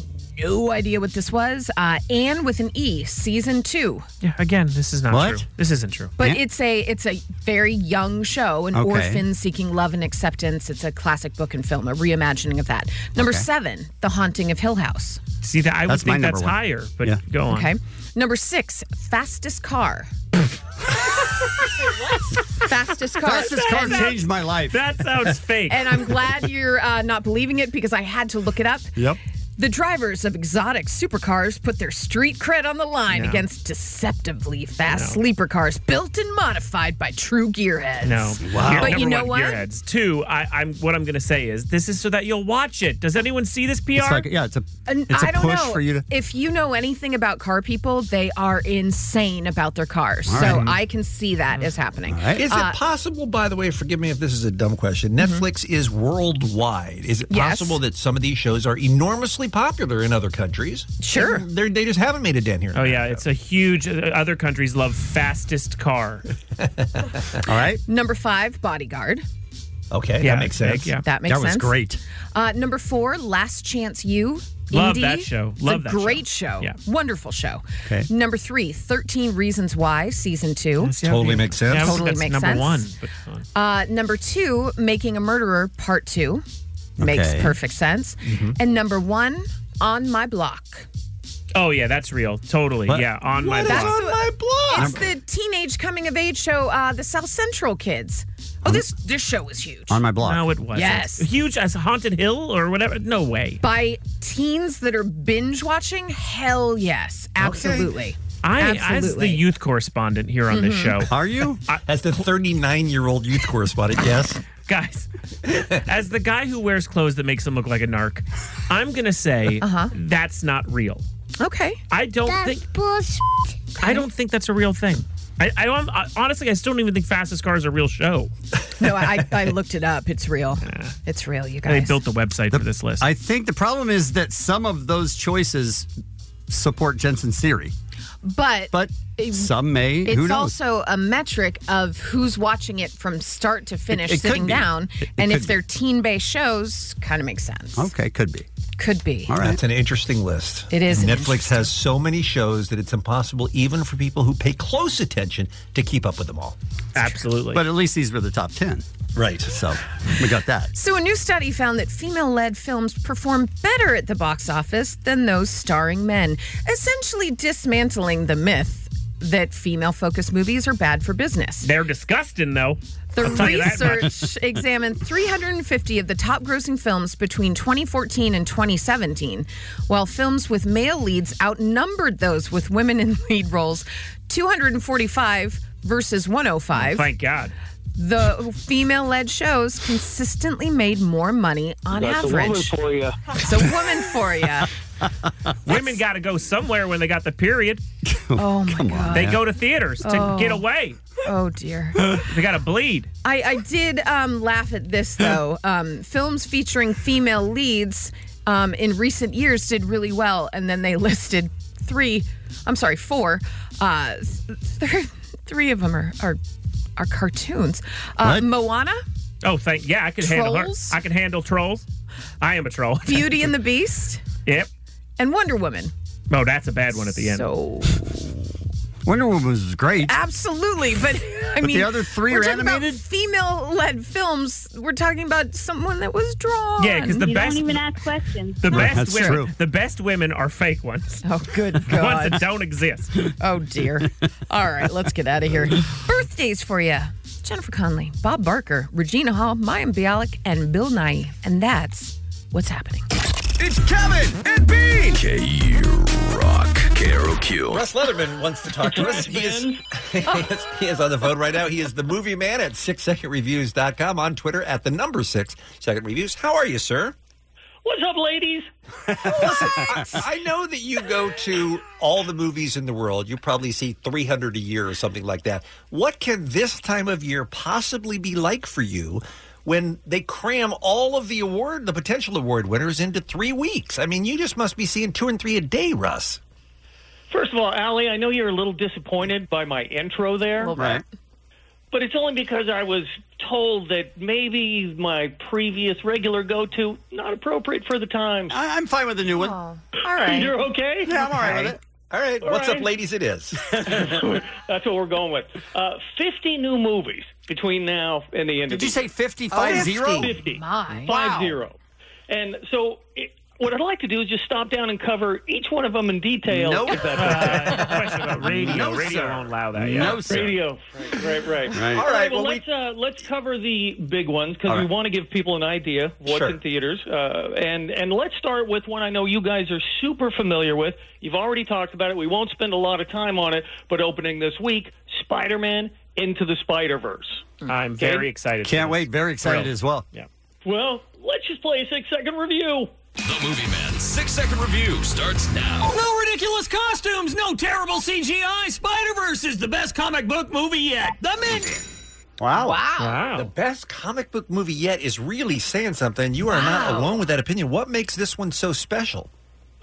S14: no idea what this was. Uh, Anne with an E, season two.
S15: Yeah. Again, this is not
S13: What?
S15: true. This isn't true.
S14: But it's a it's a very young show, an
S15: Okay.
S14: orphan seeking love and acceptance. It's a classic book and film, a reimagining of that. Number
S15: Okay.
S14: seven, The Haunting of Hill House.
S15: See that I
S12: That's
S15: would
S12: my
S15: think
S12: number
S15: that's
S12: one.
S15: higher, but
S12: Yeah.
S15: go on.
S14: Okay. Number six, Fastest Car. Fastest car.
S12: Fastest car changed my life.
S15: That sounds fake.
S14: And I'm glad you're uh, not believing it because I had to look it up.
S12: Yep.
S14: The drivers of exotic supercars put their street cred on the line
S15: No.
S14: against deceptively fast
S15: No.
S14: sleeper cars built and modified by true gearheads.
S15: No. Here-
S14: But
S15: number
S14: you know
S15: one,
S14: what?
S15: Gearheads. Two, I, I'm what I'm going to say is this is so that you'll watch it. Does anyone see this PR?
S12: It's like, yeah, it's a
S14: And
S12: it's a
S14: I don't
S12: push
S14: know.
S12: for you to.
S14: If you know anything about car people, they are insane about their cars.
S13: All
S14: so
S13: right.
S14: I can see that is happening.
S13: Is
S14: Uh, Mm-hmm.
S13: it possible, by the way, forgive me if this is a dumb question, Netflix is worldwide. Is it
S14: Yes.
S13: possible that some of these shows are enormously popular in other countries?
S14: Sure.
S13: They're, they just haven't made a dent here.
S15: Oh yeah, it's a huge. uh, Other countries love fastest car.
S13: All right.
S14: number five, Bodyguard.
S13: Okay,
S15: Yeah,
S13: that makes
S15: that's
S13: sense.
S15: big, yeah.
S14: That makes sense.
S13: great.
S14: Uh, number four, Last Chance You.
S15: Love
S14: Indie.
S15: that show.
S14: It's
S15: Love
S14: a
S15: that
S14: great show.
S15: Yeah.
S14: Wonderful show.
S13: Okay.
S14: Number three, 13 Reasons Why, season two.
S13: Totally makes sense.
S15: Yeah, I would
S14: Totally
S15: think
S14: makes
S15: that's number
S14: sense.
S15: one. But, uh,
S14: Uh, number two, Making a Murderer, part two. Makes
S15: Okay.
S14: perfect sense.
S15: Mhm.
S14: And number one, On My Block.
S15: oh yeah, that's real. Totally. Yeah, on my
S14: That's
S15: blog.
S14: the- It's the teenage coming of age show, uh, the South Central kids.
S13: Mm-hmm.
S14: Oh, this this show was huge.
S12: On my blog.
S15: No, it wasn't.
S14: Yes.
S15: Huge as Haunted Hill or whatever. No way.
S14: By teens that are binge watching? Hell yes. Absolutely.
S15: I, as the
S14: Absolutely.
S15: youth correspondent here on this show,
S14: Mhm.
S15: are you?
S13: As the 39 year old youth correspondent, yes.
S15: guys, as the guy who wears clothes that makes him look like a narc, I'm gonna say
S14: Uh-huh.
S15: that's not real.
S14: Okay.
S15: I don't think I don't think that's a real thing. I, I, don't- I- honestly, I still don't even think Fastest Car is a real show.
S14: No, I, I looked it up. It's real. It's real, you
S15: They
S14: guys.
S15: built the website for this list.
S12: I think the problem is that some of those choices support Jensen's theory.
S14: But
S12: but
S14: it-
S12: Some may.
S14: It's
S12: who knows?
S14: also a metric of who's watching it from start to finish,
S12: it could
S14: sitting
S12: be.
S14: down.
S12: It- it
S14: and
S12: could
S14: if
S12: be.
S14: they're teen based shows, kind of makes sense.
S12: okay, could be.
S14: Could be.
S12: All right.
S13: That's an interesting list.
S14: It is an
S13: Netflix has so many shows that it's impossible, even for people who pay close attention, to keep up with them all.
S15: Absolutely.
S12: But at least these were the top 10.
S13: Right.
S12: So we got that.
S14: So, a new study found that female led films perform better at the box office than those starring men, essentially dismantling the myth that female focused movies are bad for business.
S15: They're disgusting, though.
S14: The
S15: I'll tell you that much.
S14: research examined 350 of the top grossing films between 2014 and 2017, while films with male leads outnumbered those with women in lead roles 245 versus 105.
S15: Thank God.
S14: The female led shows consistently made more money on
S15: That's a woman
S14: average.
S15: for ya.
S14: It's a woman for you.
S15: Women got to go somewhere when they got the period.
S14: Oh, my God.
S15: They go to theaters to
S14: Oh.
S15: get away.
S14: Oh, dear.
S15: they got to bleed.
S14: I, I did um, laugh at this though. Um, films featuring female leads um, in recent years did really well, and then they listed three. I'm sorry, four. Uh, th- three of them are are, are cartoons. Uh,
S15: What?
S14: Moana,
S15: Oh, thank yeah, I can handle her.
S14: Trolls?
S15: I can handle trolls. I am a troll.
S14: Beauty and the Beast,
S15: Yep.
S14: and Wonder Woman.
S15: Oh, that's a bad one at the end.
S14: So
S12: Wonder Woman was great.
S14: Absolutely, but I
S12: But the
S14: mean,
S12: other three
S14: we're
S12: are
S14: talking About female-led films. We're talking about someone that was drawn.
S15: Yeah, 'cause the You don't best- even
S24: ask questions.
S15: The best women, the best women are fake ones.
S14: Oh, good
S15: ones
S14: God.
S15: that don't exist.
S14: Oh dear. All right, let's get out of here. Birthdays for you. Jennifer Conley, Bob Barker, Regina Hall, Mayim Bialik, and Bill Nye. And that's what's happening.
S7: It's Kevin and Bean.
S21: K Rock. KROQ.
S13: Russ Leatherman wants to talk to us. He is, he, is, he is on the phone right now. He is the movie man at sixsecondreviews.com on Twitter at the number six second reviews. How are you, sir?
S23: What's up, ladies?
S13: I, I know that you go to all the movies in the world. You probably see 300 a year or something like that. What can this time of year possibly be like for you when they cram all of the award, the potential award winners, into three weeks? I mean, you just must be seeing two and three a day, Russ.
S23: First of all, Allie, I know you're a little disappointed by my intro there.
S13: Right.
S23: But it's only because I was told that maybe my previous regular go to not appropriate for the times.
S12: I'm fine with the new one.
S14: all right.
S23: You're okay?
S12: Yeah, I'm all right with it.
S13: All right.
S23: All
S13: What's
S23: right.
S13: up, ladies? It is.
S23: That's what we're going with. Uh, 50 new movies between now and the end of
S12: Did you
S23: the
S12: say
S13: Oh,
S9: Oh,
S12: 55 zero?
S23: 50.
S14: My.
S23: Five zero. And so it, what I'd like to do is just stop down and cover each one of them in detail.
S15: Nope.
S23: if that's okay.
S15: Uh, radio,
S23: No,
S15: radio
S23: sir.
S15: won't allow that. Yeah.
S23: No, sir. Radio. Right, right, right.
S15: Right.
S23: All right, well, let's, uh, let's cover the big ones because we want to give people an idea of what's
S13: Sure.
S23: in theaters. Uh, and, and let's start with one I know you guys are super familiar with. You've already talked about it. We won't spend a lot of time on it, but opening this week, Spider Man Into the Spider Verse.
S15: I'm
S23: Okay.
S15: very excited. for
S12: Can't
S15: this.
S12: wait. Very excited
S15: Thrilled.
S12: as well.
S15: Yeah.
S23: Well, let's just play a six second review.
S21: The Movie Man's six second review starts now.
S9: No ridiculous costumes, no terrible CGI. Spider Verse is the best comic book movie yet. The Mint.
S12: Wow.
S9: Wow.
S13: The best comic book movie yet is really saying something. You are not
S23: Wow.
S13: alone with that opinion. What makes this one so special?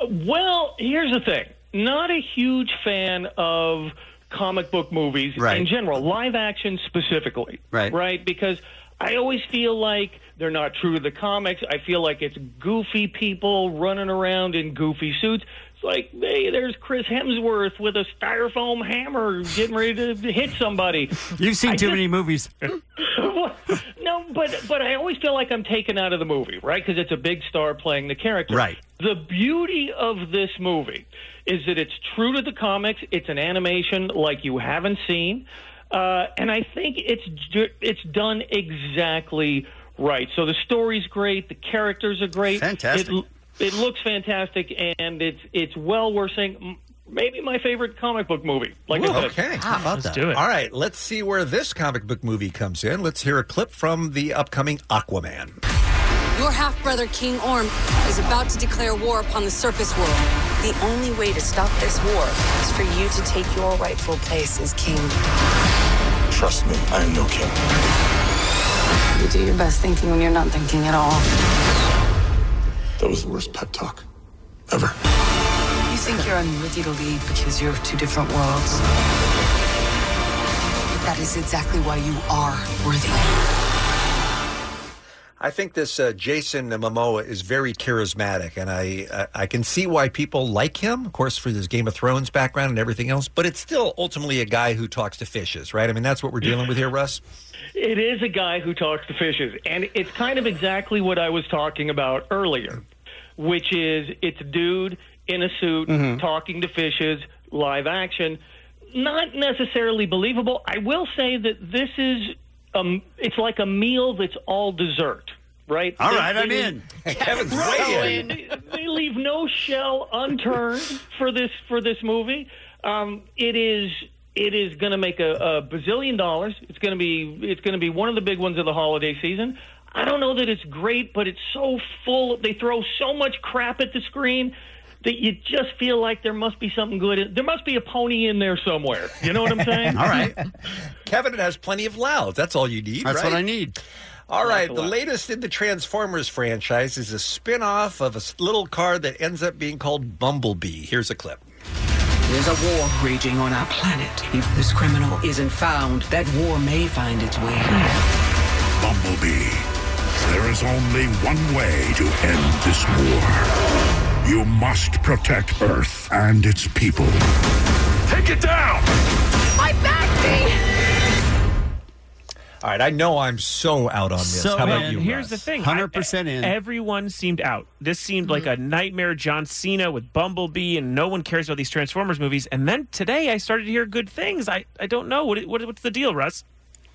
S23: Well, here's the thing. Not a huge fan of comic book movies
S13: Right.
S23: in general, live action specifically.
S13: Right.
S23: Right? Because I always feel like they're not true to the comics. I feel like it's goofy people running around in goofy suits. It's like, hey, there's Chris Hemsworth with a styrofoam hammer getting ready to hit somebody.
S12: You've seen
S23: I
S12: too
S23: just-
S12: many movies.
S23: What? no, but but I always feel like I'm taken out of the movie, right? Because it's a big star playing the character.
S12: Right.
S23: The beauty of this movie is that it's true to the comics. It's an animation like you haven't seen, uh, and I think it's ju- it's done exactly right. So the story's great. The characters are great.
S12: Fantastic.
S23: It, it looks fantastic, and it's it's well worth saying. m- Maybe my favorite comic book movie. Like I said.
S13: okay. How about
S15: Let's do it.
S13: All right, let's see where this comic book movie comes in. Let's hear a clip from the upcoming Aquaman.
S5: Your half brother, King Orm, is about to declare war upon the surface world. The only way to stop this war is for you to take your rightful place as king.
S21: Trust me, I am no king.
S5: You do your best thinking when you're not thinking at all.
S21: That was the worst pep talk.
S5: You think you're unworthy to lead because you're of two different worlds. But that is exactly why you are worthy.
S13: I think this uh, Jason Momoa is very charismatic, and I, uh, I I can see why people like him. Of course, for his Game of Thrones background and everything else, but it's still ultimately a guy who talks to fishes, right? I mean, that's what we're dealing with here, Russ.
S23: It is a guy who talks to fishes, and it's kind of exactly what I was talking about earlier, which is it's a dude in a suit talking to fishes, live action. Not necessarily believable. I will say that this is um, it's like a meal that's all dessert, right?
S9: All
S23: They-
S9: right, I'm
S23: they-
S9: in.
S23: Kevin's way in. they leave no shell unturned for this for this movie. Um, it is it is going to make a, a bazillion dollars. It's going to be it's going to be one of the big ones of the holiday season. I don't know that it's great, but it's so full. They throw so much crap at the screen that you just feel like there must be something good. in- There must be a pony in there somewhere. You know what I'm saying?
S13: all right. Kevin has plenty of louds. That's all you need.
S12: That's what
S13: right?
S12: I need.
S13: All right,
S12: a
S13: the
S12: lot.
S13: latest in the Transformers franchise is a spin off of a s- little car that ends up being called Bumblebee. Here's a clip.
S26: There's a war raging on our planet. If this criminal isn't found, that war may find its way here.
S16: Bumblebee, there is only one way to end this war. You must protect Earth and its people. Take it down!
S9: My back
S13: All right, I know I'm so out on this. How about
S15: Well,
S13: you?
S15: Here's
S13: Russ?
S15: the thing. I- Everyone seemed out. This seemed like
S12: Mm.
S15: a nightmare John Cena with Bumblebee, and no one cares about these Transformers movies. And then today I started to hear good things. I, I don't know. What, what, what's the deal, Russ?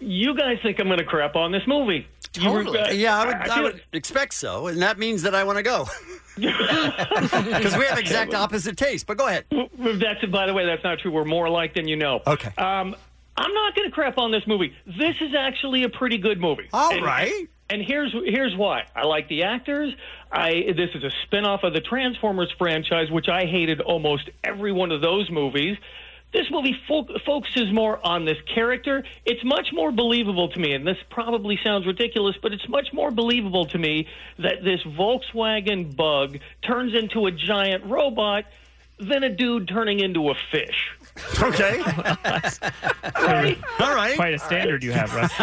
S23: You guys think I'm going to crap on this movie.
S12: Totally. yeah, I would,
S23: I
S12: I,
S23: feel-
S12: would expect so, and that means that I want to go because we have exact opposite taste. But go ahead.
S23: Well, That's by the way, that's not true. We're more alike than you know. Okay. Um, I'm not going to crap on this movie. This is actually a pretty good movie. All right. and, And here's here's why. I like the actors. I this is a spin-off of the Transformers franchise, which I hated almost every one of those movies. This movie fo- focuses more on this character. It's much more believable to me, and this probably sounds ridiculous, but it's much more believable to me that this Volkswagen bug turns into a giant robot than a dude turning into a fish.
S12: Okay.
S23: All right.
S15: Quite a standard you have, Russ.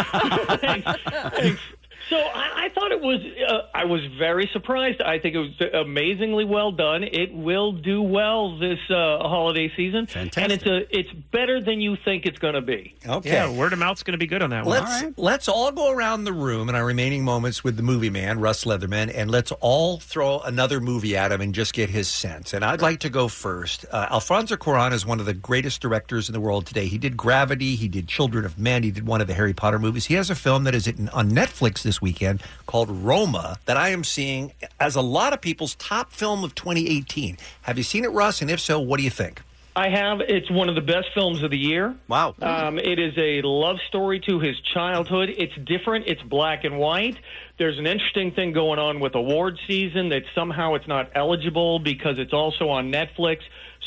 S23: So I, I thought it was. Uh, I was very surprised. I think it was amazingly well done. It will do well this uh, holiday season, Fantastic. and it's a. It's better than you think it's going to be.
S13: Okay.
S15: Yeah, word of mouth's going to be good on that one.
S13: Let's let's all go around the room in our remaining moments with the movie man, Russ Leatherman, and let's all throw another movie at him and just get his sense. And I'd like to go first. Uh, Alfonso Cuarón is one of the greatest directors in the world today. He did Gravity, he did Children of Men, he did one of the Harry Potter movies. He has a film that is in- on Netflix this weekend called Roma that I am seeing as a lot of people's top film of 2018. Have you seen it, Russ? And if so, what do you think?
S23: I have. It's one of the best films of the year.
S12: Wow.
S23: Um, it is a love story to his childhood. It's different. It's black and white. There's an interesting thing going on with award season that somehow it's not eligible because it's also on Netflix.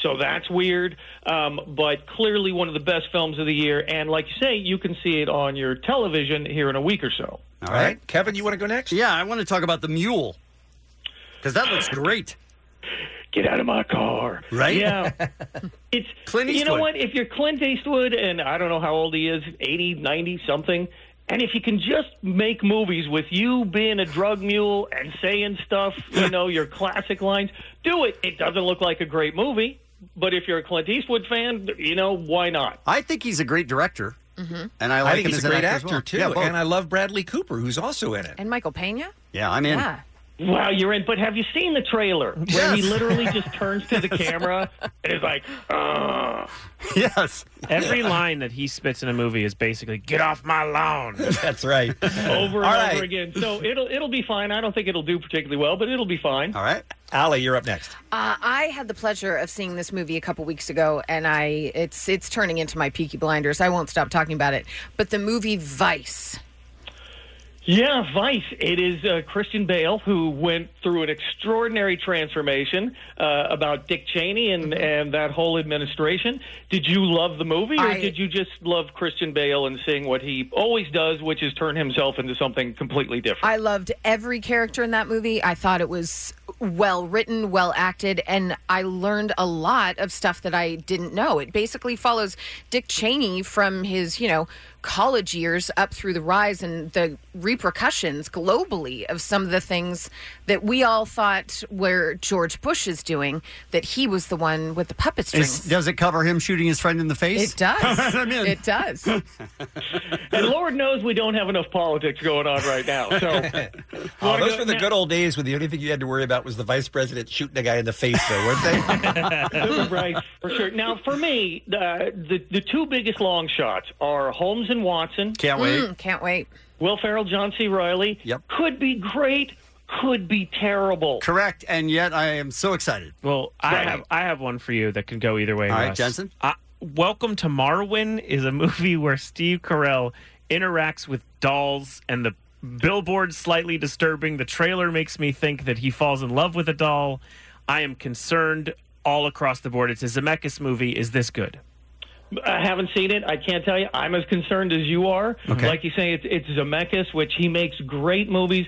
S23: So that's weird. Um, but clearly one of the best films of the year. And like you say, you can see it on your television here in a week or so.
S12: All right.
S13: Kevin, you want to go next?
S12: Yeah, I want to talk about the mule because that looks great.
S23: Get out of my car.
S12: Right?
S23: Yeah. It's
S12: Clint
S23: You know
S12: Eastwood.
S23: what? If you're Clint Eastwood, and I don't know how old he is, 80, 90, something, and if you can just make movies with you being a drug mule and saying stuff, you know, your classic lines, do it. It doesn't look like a great movie, but if you're a Clint Eastwood fan, you know, why not?
S12: I think he's a great director,
S14: Mm-hmm.
S12: and I
S13: I,
S12: like
S13: think
S12: him
S13: he's
S12: as
S13: a
S12: an
S13: great
S12: actor,
S13: actor,
S12: as well.
S13: too,
S12: Yeah, both.
S13: and I love Bradley Cooper, who's also in it.
S14: And Michael Pena?
S12: yeah, I'm in.
S14: Yeah.
S23: Wow, you're in. But have you seen the trailer where he
S15: Yes.
S23: literally just turns to the camera and is like, "Ugh."
S12: Yes.
S15: Every line that he spits in a movie is basically "Get off my lawn."
S12: That's right.
S23: over and
S15: All
S23: over
S15: right.
S23: again. So it'll it'll be fine. I don't think it'll do particularly well, but it'll be fine.
S12: All right,
S13: Allie, you're up next.
S14: Uh, I had the pleasure of seeing this movie a couple weeks ago, and I it's it's turning into my Peaky Blinders. I won't stop talking about it. But the movie Vice.
S23: Yeah, Vice. It is uh, Christian Bale who went through an extraordinary transformation uh, about Dick Cheney and, and that whole administration. Did you love the movie, or
S14: I-
S23: did you just love Christian Bale and seeing what he always does, which is turn himself into something completely different?
S14: I loved every character in that movie. I thought it was well written, well acted, and I learned a lot of stuff that I didn't know. It basically follows Dick Cheney from his, you know, college years up through the rise and the repercussions globally of some of the things that we all thought were George Bush is doing, that he was the one with the puppet strings.
S12: Is, does it cover him shooting his friend in the face?
S14: It does. It does.
S23: and Lord knows we don't have enough politics going on right now. So
S13: Oh, those were the good old days when the only thing you had to worry about was the vice president shooting a guy in the face, though, weren't they?
S23: right, for sure. Now, for me, uh, the the two biggest long shots are Holmes and Watson.
S12: Can't
S14: Mm, can't wait.
S23: Will Farrell, John C. Riley. Yep. Could be great. Could be terrible.
S12: Correct. And yet I am so excited.
S15: Well, I have I have one for you that could go either way.
S12: All right,
S15: Russ.
S12: Jensen?
S15: Uh, Welcome to Marwin is a movie where Steve Carell interacts with dolls, and the billboard's slightly disturbing. The trailer makes me think that he falls in love with a doll. I am concerned all across the board. It's a Zemeckis movie. Is this good?
S23: I haven't seen it. I can't tell you. I'm as concerned as you are. Like you say, it's, it's Zemeckis, which he makes great movies.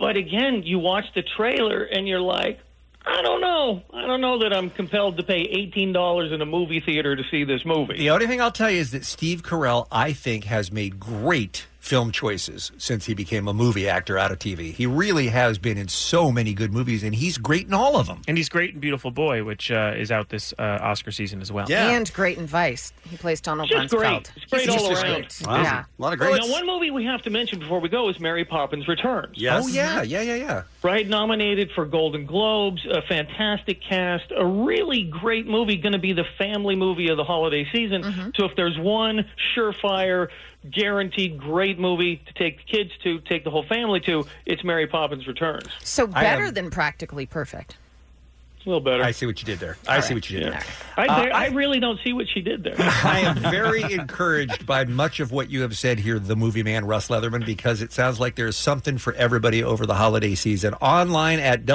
S23: But again, you watch the trailer and you're like, I don't know. I don't know that I'm compelled to pay $18 in a movie theater to see this movie.
S13: The only thing I'll tell you is that Steve Carell, I think, has made great film choices since he became a movie actor out of TV. He really has been in so many good movies, and he's great in all of them.
S15: And he's great in Beautiful Boy, which uh, is out this uh, Oscar season as well.
S14: And great in Vice. He plays Donald
S23: Just
S14: Rumsfeld.
S23: great. It's great
S14: He's
S23: all
S14: just
S23: around.
S14: great. Yeah.
S23: Now, one movie we have to mention before we go is Mary Poppins Returns.
S13: Oh, yeah,
S23: Mm-hmm.
S13: yeah, yeah, yeah.
S23: Right, nominated for Golden Globes, a fantastic cast, a really great movie, going to be the family movie of the holiday season.
S14: Mm-hmm.
S23: So if there's one surefire, guaranteed great movie to take the kids to, take the whole family to, it's Mary Poppins Returns.
S14: So
S23: I
S14: better
S23: am-
S14: than practically perfect.
S23: A little better. I
S13: see what you did there. I see what you did there.
S23: I,
S13: Uh,
S23: I, I really don't see what she did there.
S13: I am very encouraged by much of what you have said here, the movie man Russ Leatherman, because it sounds like there's something for everybody over the holiday season. Online at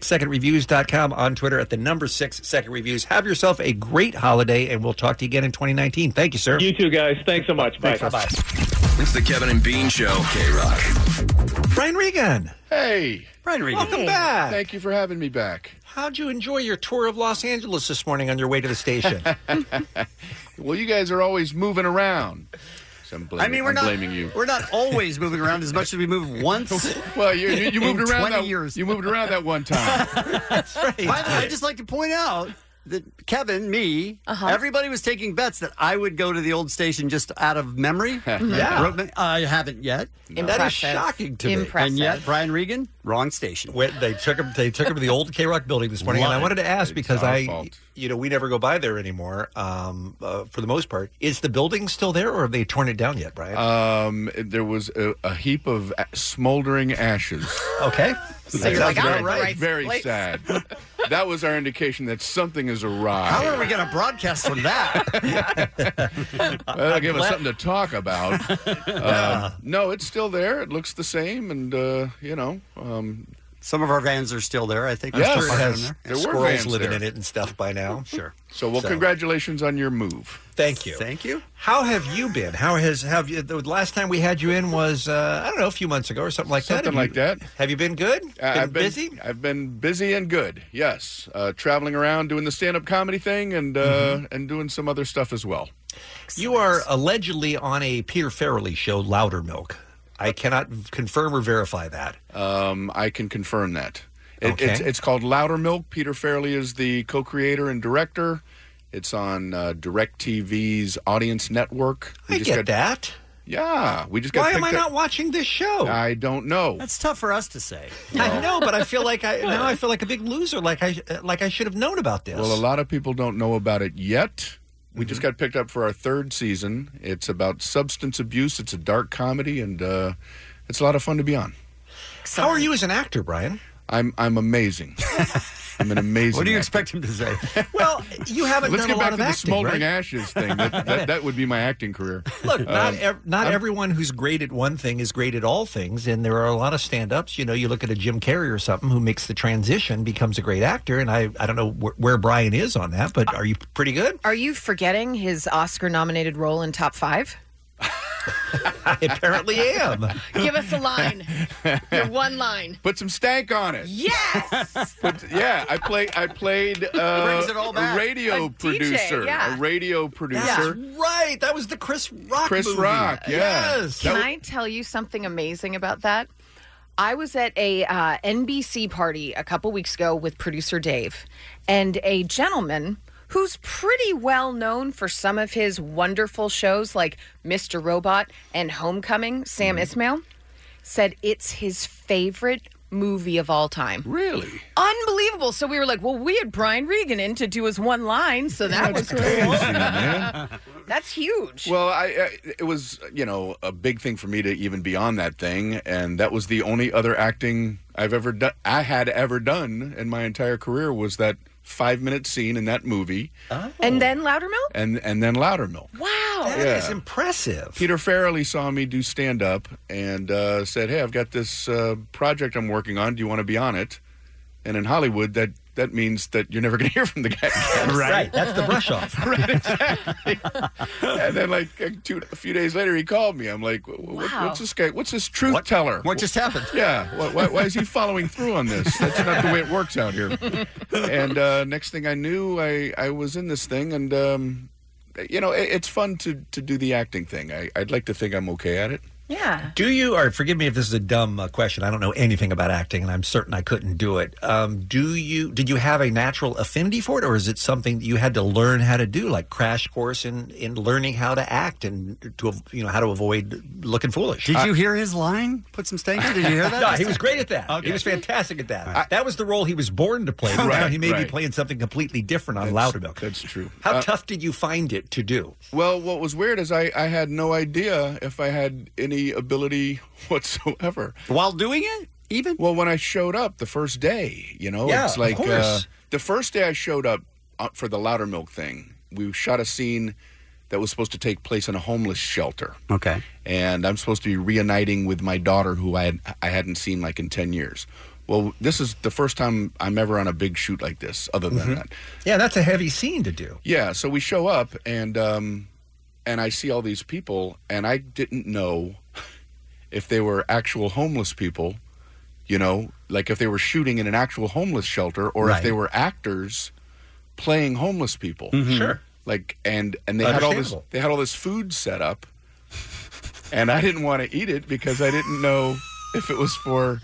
S13: www.sixsecondreviews.com, on Twitter at the number six second reviews. Have yourself a great holiday, and we'll talk to you again in 2019. Thank you, sir. You
S23: too, guys. Thanks so much.
S13: Bye. Bye.
S21: It's the Kevin and Bean Show. K Rock.
S13: Brian Regan.
S4: Hey.
S13: Brian
S4: Regan.
S13: Welcome
S4: Hey.
S13: back.
S4: Thank you for having me back.
S13: How'd you enjoy your tour of Los Angeles this morning on your way to the station?
S4: well, you guys are always moving around. So I'm blaming,
S12: I mean, we're
S4: I'm
S12: not
S4: blaming you.
S12: We're not always moving around as much as we move once.
S4: Well, you, you, you
S12: in
S4: moved around
S12: 20
S4: that
S12: years.
S4: you moved around that one time.
S12: By the way, I'd just like to point out that Kevin, me,
S14: Uh-huh.
S12: everybody was taking bets that I would go to the old station just out of memory.
S13: Yeah.
S12: Wrote me- I haven't yet.
S13: No. That is shocking to me.
S12: And yet,
S13: Impressive.
S12: Brian Regan, wrong station.
S13: Wait, they took him. They took him to the old K Rock building this morning, and I wanted to ask because I, you know, we never go by there anymore. Um, uh, for the most part, is the building still there, or have they torn it down yet, Brian?
S4: Um, there was a, a heap of a- smoldering ashes.
S13: Okay,
S4: That sounds very, very sad. that was our indication that something is awry.
S12: How are we going to broadcast from that?
S4: That'll give us something to talk about. Um, no, it's still there. It looks the same, and uh, you know, um,
S12: some of our vans are still there. I think.
S4: Yes,
S12: There's still a part of
S4: There
S12: them
S4: were
S13: squirrels
S4: vans
S13: living
S4: there.
S13: in it and stuff by now. Sure.
S4: So, well,
S13: So-
S4: congratulations on your move.
S13: Thank you.
S12: Thank you.
S13: How have you been? How has have you? The last time we had you in was uh, I don't know a few months ago or something like that.
S4: Something
S13: Have
S4: like
S13: you-
S4: that.
S13: Have you been good?
S4: Uh,
S13: been,
S4: I've been
S13: busy.
S4: I've been busy and good. Yes, uh, traveling around doing the stand-up comedy thing and uh,
S13: Mm-hmm.
S4: and doing some other stuff as well.
S13: You are allegedly on a Peter Farrelly show, Louder Milk. I cannot confirm or verify that.
S4: Um, I can confirm that. It,
S13: Okay.
S4: it's, it's called Louder Milk. Peter Farrelly is the co-creator and director. It's on uh, DirecTV's Audience Network. We
S13: I
S4: just
S13: get
S4: got-
S13: that.
S4: Yeah, we just got.
S13: Why am I
S4: picked up-
S13: not watching this show?
S4: I don't know.
S12: That's tough for us to say.
S13: I know, but I feel like I now I feel like a big loser. Like I like I should have known about this. Mm-hmm.
S4: Well, a lot of people don't know about it yet. We just got picked up for our third season. It's about substance abuse. It's a dark comedy, and uh, it's a lot of fun to be on.
S13: How are you as an actor, Brian?
S4: I'm I'm amazing. I'm an amazing.
S12: What do you
S4: actor.
S12: expect him to say?
S13: Well, you haven't
S4: Let's
S13: done
S4: get
S13: a lot
S4: back to
S13: of
S4: the
S13: acting,
S4: smoldering
S13: right?
S4: ashes thing. That, that, that would be my acting career.
S13: Look, not
S4: Um,
S13: ev- not
S4: I'm-
S13: everyone who's great at one thing is great at all things, and there are a lot of stand-ups. You know, you look at a Jim Carrey or something who makes the transition, becomes a great actor, and I I don't know wh- where Brian is on that, but are you pretty good?
S14: Are you forgetting his Oscar nominated role in Top Five?
S13: I apparently am.
S6: Give us a line. Your one line.
S4: Put some stank on it.
S6: Yes.
S4: But, yeah, I play. I played uh,
S6: Brings it all back.
S4: a radio
S6: A DJ,
S4: producer.
S14: yeah.
S4: A radio producer.
S13: That's right. That was the Chris Rock.
S4: Chris
S13: movie.
S4: Rock, yeah. Yes.
S14: Can
S4: That-
S14: I tell you something amazing about that? I was at a uh, NBC party a couple weeks ago with producer Dave, and a gentleman who's pretty well known for some of his wonderful shows like Mr. Robot and Homecoming, Sam
S4: Mm-hmm.
S14: Ismail, said it's his favorite movie of all time.
S4: Really?
S14: Unbelievable. So we were like, well, we had Brian Regan in to do his one line, so that was cool. That's huge.
S4: Well, I, I it was you know a big thing for me to even be on that thing, and that was the only other acting I've ever done. I had ever done in my entire career was that five minute scene in that movie,
S6: Uh-huh.
S14: And then Loudermilk?
S4: and and then Loudermilk.
S14: Wow.
S4: That is
S13: impressive.
S4: Peter Farrelly saw me do stand up and uh, said, "Hey, I've got this uh, project I'm working on. Do you want to be on it?" And in Hollywood, that that means that you're never going to hear from the guy. again.
S13: Right. That's the brush off.
S4: right, exactly. and then, like a two, a few days later, he called me. I'm like, "Wh- wh-
S13: Wow.
S4: "What's this guy? What's this truth teller?
S12: what just happened?"
S4: Yeah, why, why, why is he following through on this? That's not the way it works out here." and uh, next thing I knew, I I was in this thing, and um, you know, it, it's fun to to do the acting thing. I, I'd like to think I'm okay at it.
S14: Yeah.
S13: Do you, or forgive me if this is a dumb uh, question, I don't know anything about acting and I'm certain I couldn't do it. Um, do you, did you have a natural affinity for it or is it something that you had to learn how to do, like crash course in, in learning how to act and to, av- you know, how to avoid looking foolish? Uh,
S12: Did you hear his line? Put some stank. Did you hear that?
S13: no, he was great at that. He was fantastic at that. that was the role he was born to play. but
S4: Right,
S13: now he may
S4: right.
S13: be playing something completely different on
S4: That's-
S13: Loudermilk.
S4: That's true.
S13: How
S4: Uh,
S13: tough did you find it to do?
S4: Well, what was weird is I, I had no idea if I had any ability whatsoever
S12: while doing it. Even
S4: well, when I showed up the first day, you know,
S12: Yeah,
S4: it's
S12: of
S4: like Uh,
S12: course.
S4: the first day I showed up uh, for the Loudermilk thing. We shot a scene that was supposed to take place in a homeless shelter,
S12: Okay.
S4: and I'm supposed to be reuniting with my daughter, who I had, I hadn't seen like in ten years. Well, this is the first time I'm ever on a big shoot like this, other than
S13: Mhm.
S4: that.
S13: Yeah, that's a heavy scene to do.
S4: Yeah, so we show up and um and I see all these people and I didn't know if they were actual homeless people, you know, like if they were shooting in an actual homeless shelter or if
S12: Right.
S4: they were actors playing homeless people.
S12: Mhm. Sure.
S4: Like and and they had all this
S12: Understandable.
S4: they had all this food set up and I didn't want to eat it because I didn't know if it was for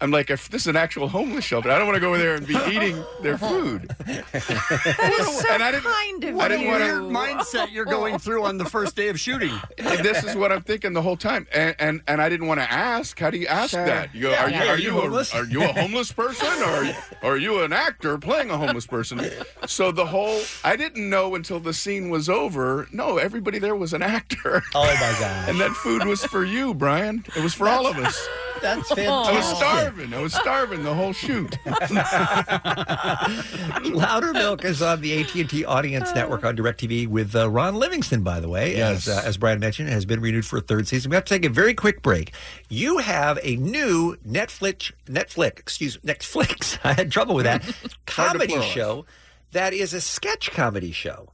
S4: I'm like, if this is an actual homeless shelter, I don't want to go there and be eating their food.
S14: That is so
S4: And I didn't-
S14: kind of
S4: I didn't
S14: you.
S4: wanna-
S12: Weird mindset you're going through on the first day of shooting.
S4: And this is what I'm thinking the whole time, and and, and I didn't want to ask. How do you ask
S12: Sure.
S4: that? You go,
S12: Yeah,
S4: are,
S12: yeah.
S4: you, are
S12: You
S4: you
S12: homeless?
S4: a, are you a homeless person, or are you, are you an actor playing a homeless person? So the whole I didn't know until the scene was over. No, everybody there was an actor.
S13: Oh my god!
S4: And that food was for you, Brian. It was for all of us.
S12: That's
S4: I was
S13: fantastic.
S4: starving. I was starving the whole shoot.
S13: Louder Milk is on the AT&T Audience Network on DirecTV with uh, Ron Livingston, by the way, as, uh, as Brian mentioned, has been renewed for a third season. We have to take a very quick break. You have a new Netflix, Netflix, excuse Netflix, I had trouble with that, comedy
S17: pluralize.
S13: show that is a sketch comedy show,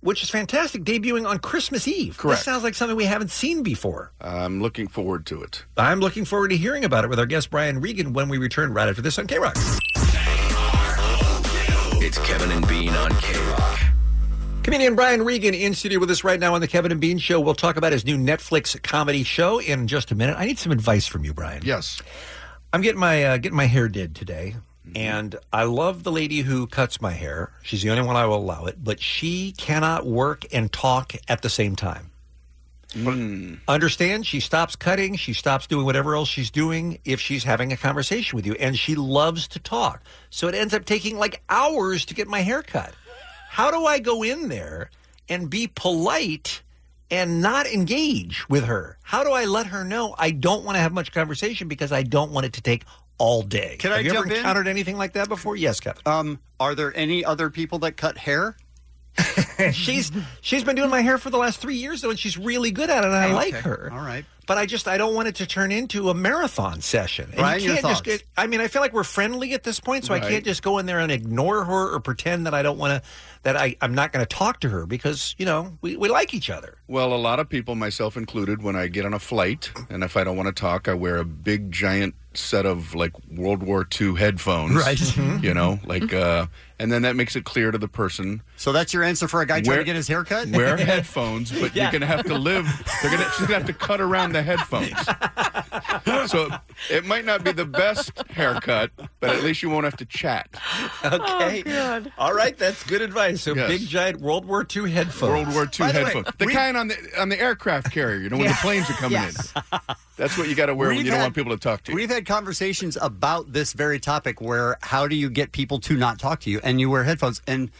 S13: which is fantastic, debuting on Christmas Eve.
S4: Correct.
S13: This sounds like something we haven't seen before.
S4: I'm looking forward to it.
S13: I'm looking forward to hearing about it with our guest Brian Regan when we return right after this on K-Rock.
S21: It's Kevin and Bean on K Rock.
S13: Comedian Brian Regan in studio with us right now on the Kevin and Bean Show. We'll talk about his new Netflix comedy show in just a minute. I need some advice from you, Brian.
S4: Yes,
S13: I'm getting my uh, getting my hair did today, and I love the lady who cuts my hair. She's the only one I will allow it, but she cannot work and talk at the same time.
S12: Hmm.
S13: Understand? She stops cutting. She stops doing whatever else she's doing if she's having a conversation with you, and she loves to talk. So it ends up taking like hours to get my hair cut. How do I go in there and be polite and not engage with her? How do I let her know I don't want to have much conversation because I don't want it to take all day.
S12: Can
S13: Have
S12: I
S13: you
S12: jump
S13: ever
S12: in?
S13: encountered anything like that before? Yes, Kevin.
S12: Um, are there any other people that cut hair?
S13: she's she's been doing my hair for the last three years though, and she's really good at it. and I
S12: Okay.
S13: like her.
S12: All right.
S13: But I just I don't want it to turn into a marathon session. And
S12: Brian,
S13: you
S12: your
S13: can't just
S12: thoughts?
S13: get, I mean, I feel like we're friendly at this point, so I
S12: Right.
S13: can't just go in there and ignore her or pretend that I don't want to that I, I'm not gonna talk to her because, you know, we, we like each other.
S4: Well, a lot of people, myself included, when I get on a flight and if I don't want to talk, I wear a big, giant set of like World War II headphones.
S12: Right. Mhm.
S4: You know, like, uh, and then that makes it clear to the person.
S12: So that's your answer for a guy trying to get his hair cut?
S4: Wear headphones, but
S12: Yeah.
S4: you're going to have to live. They're going to, she's going to have to cut around the headphones. so it might not be the best haircut, but at least you won't have to chat.
S13: Okay.
S12: Oh,
S13: All right, that's good advice. So
S4: Yes.
S13: big giant World War II headphones.
S4: World War II
S13: By the way,
S4: headphones. the
S13: we-
S4: kind on the on the aircraft carrier, you know, when
S12: Yeah.
S4: the planes are coming in. That's what you got to wear when
S12: We've
S4: you don't
S12: had-
S4: want people to talk to you.
S12: We've had conversations about this very topic where how do you get people to not talk to you and you wear headphones and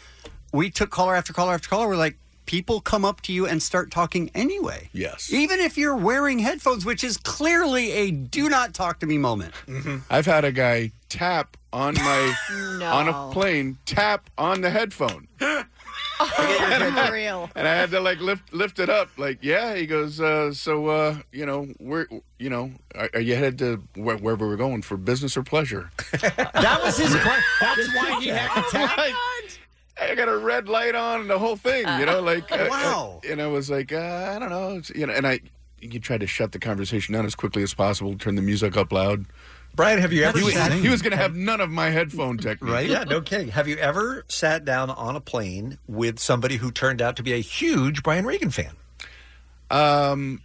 S12: we took caller after caller after caller we're like people come up to you and start talking anyway.
S4: Yes.
S12: Even if you're wearing headphones which is clearly a do not talk to me moment.
S13: Mm-hmm.
S4: mm-hmm. I've had a guy tap on my on a plane, tap on the headphone.
S6: For real.
S4: And I had to like lift lift it up, like yeah. He goes, uh, so uh, you know, we're you know, are, are you headed to where, wherever we're going for business or pleasure?
S12: that was his question. That's why he had to tap.
S4: I got a red light on and the whole thing, you know, like uh,
S12: Wow.
S4: uh, and I was like, uh, I don't know, it's, you know, and I you tried to shut the conversation down as quickly as possible, turn the music up loud.
S13: Brian, have you ever
S4: He was,
S13: sat-
S4: he was going to have none of my headphone technique,
S13: Right? Yeah, no kidding. Have you ever sat down on a plane with somebody who turned out to be a huge Brian Regan fan?
S4: Um,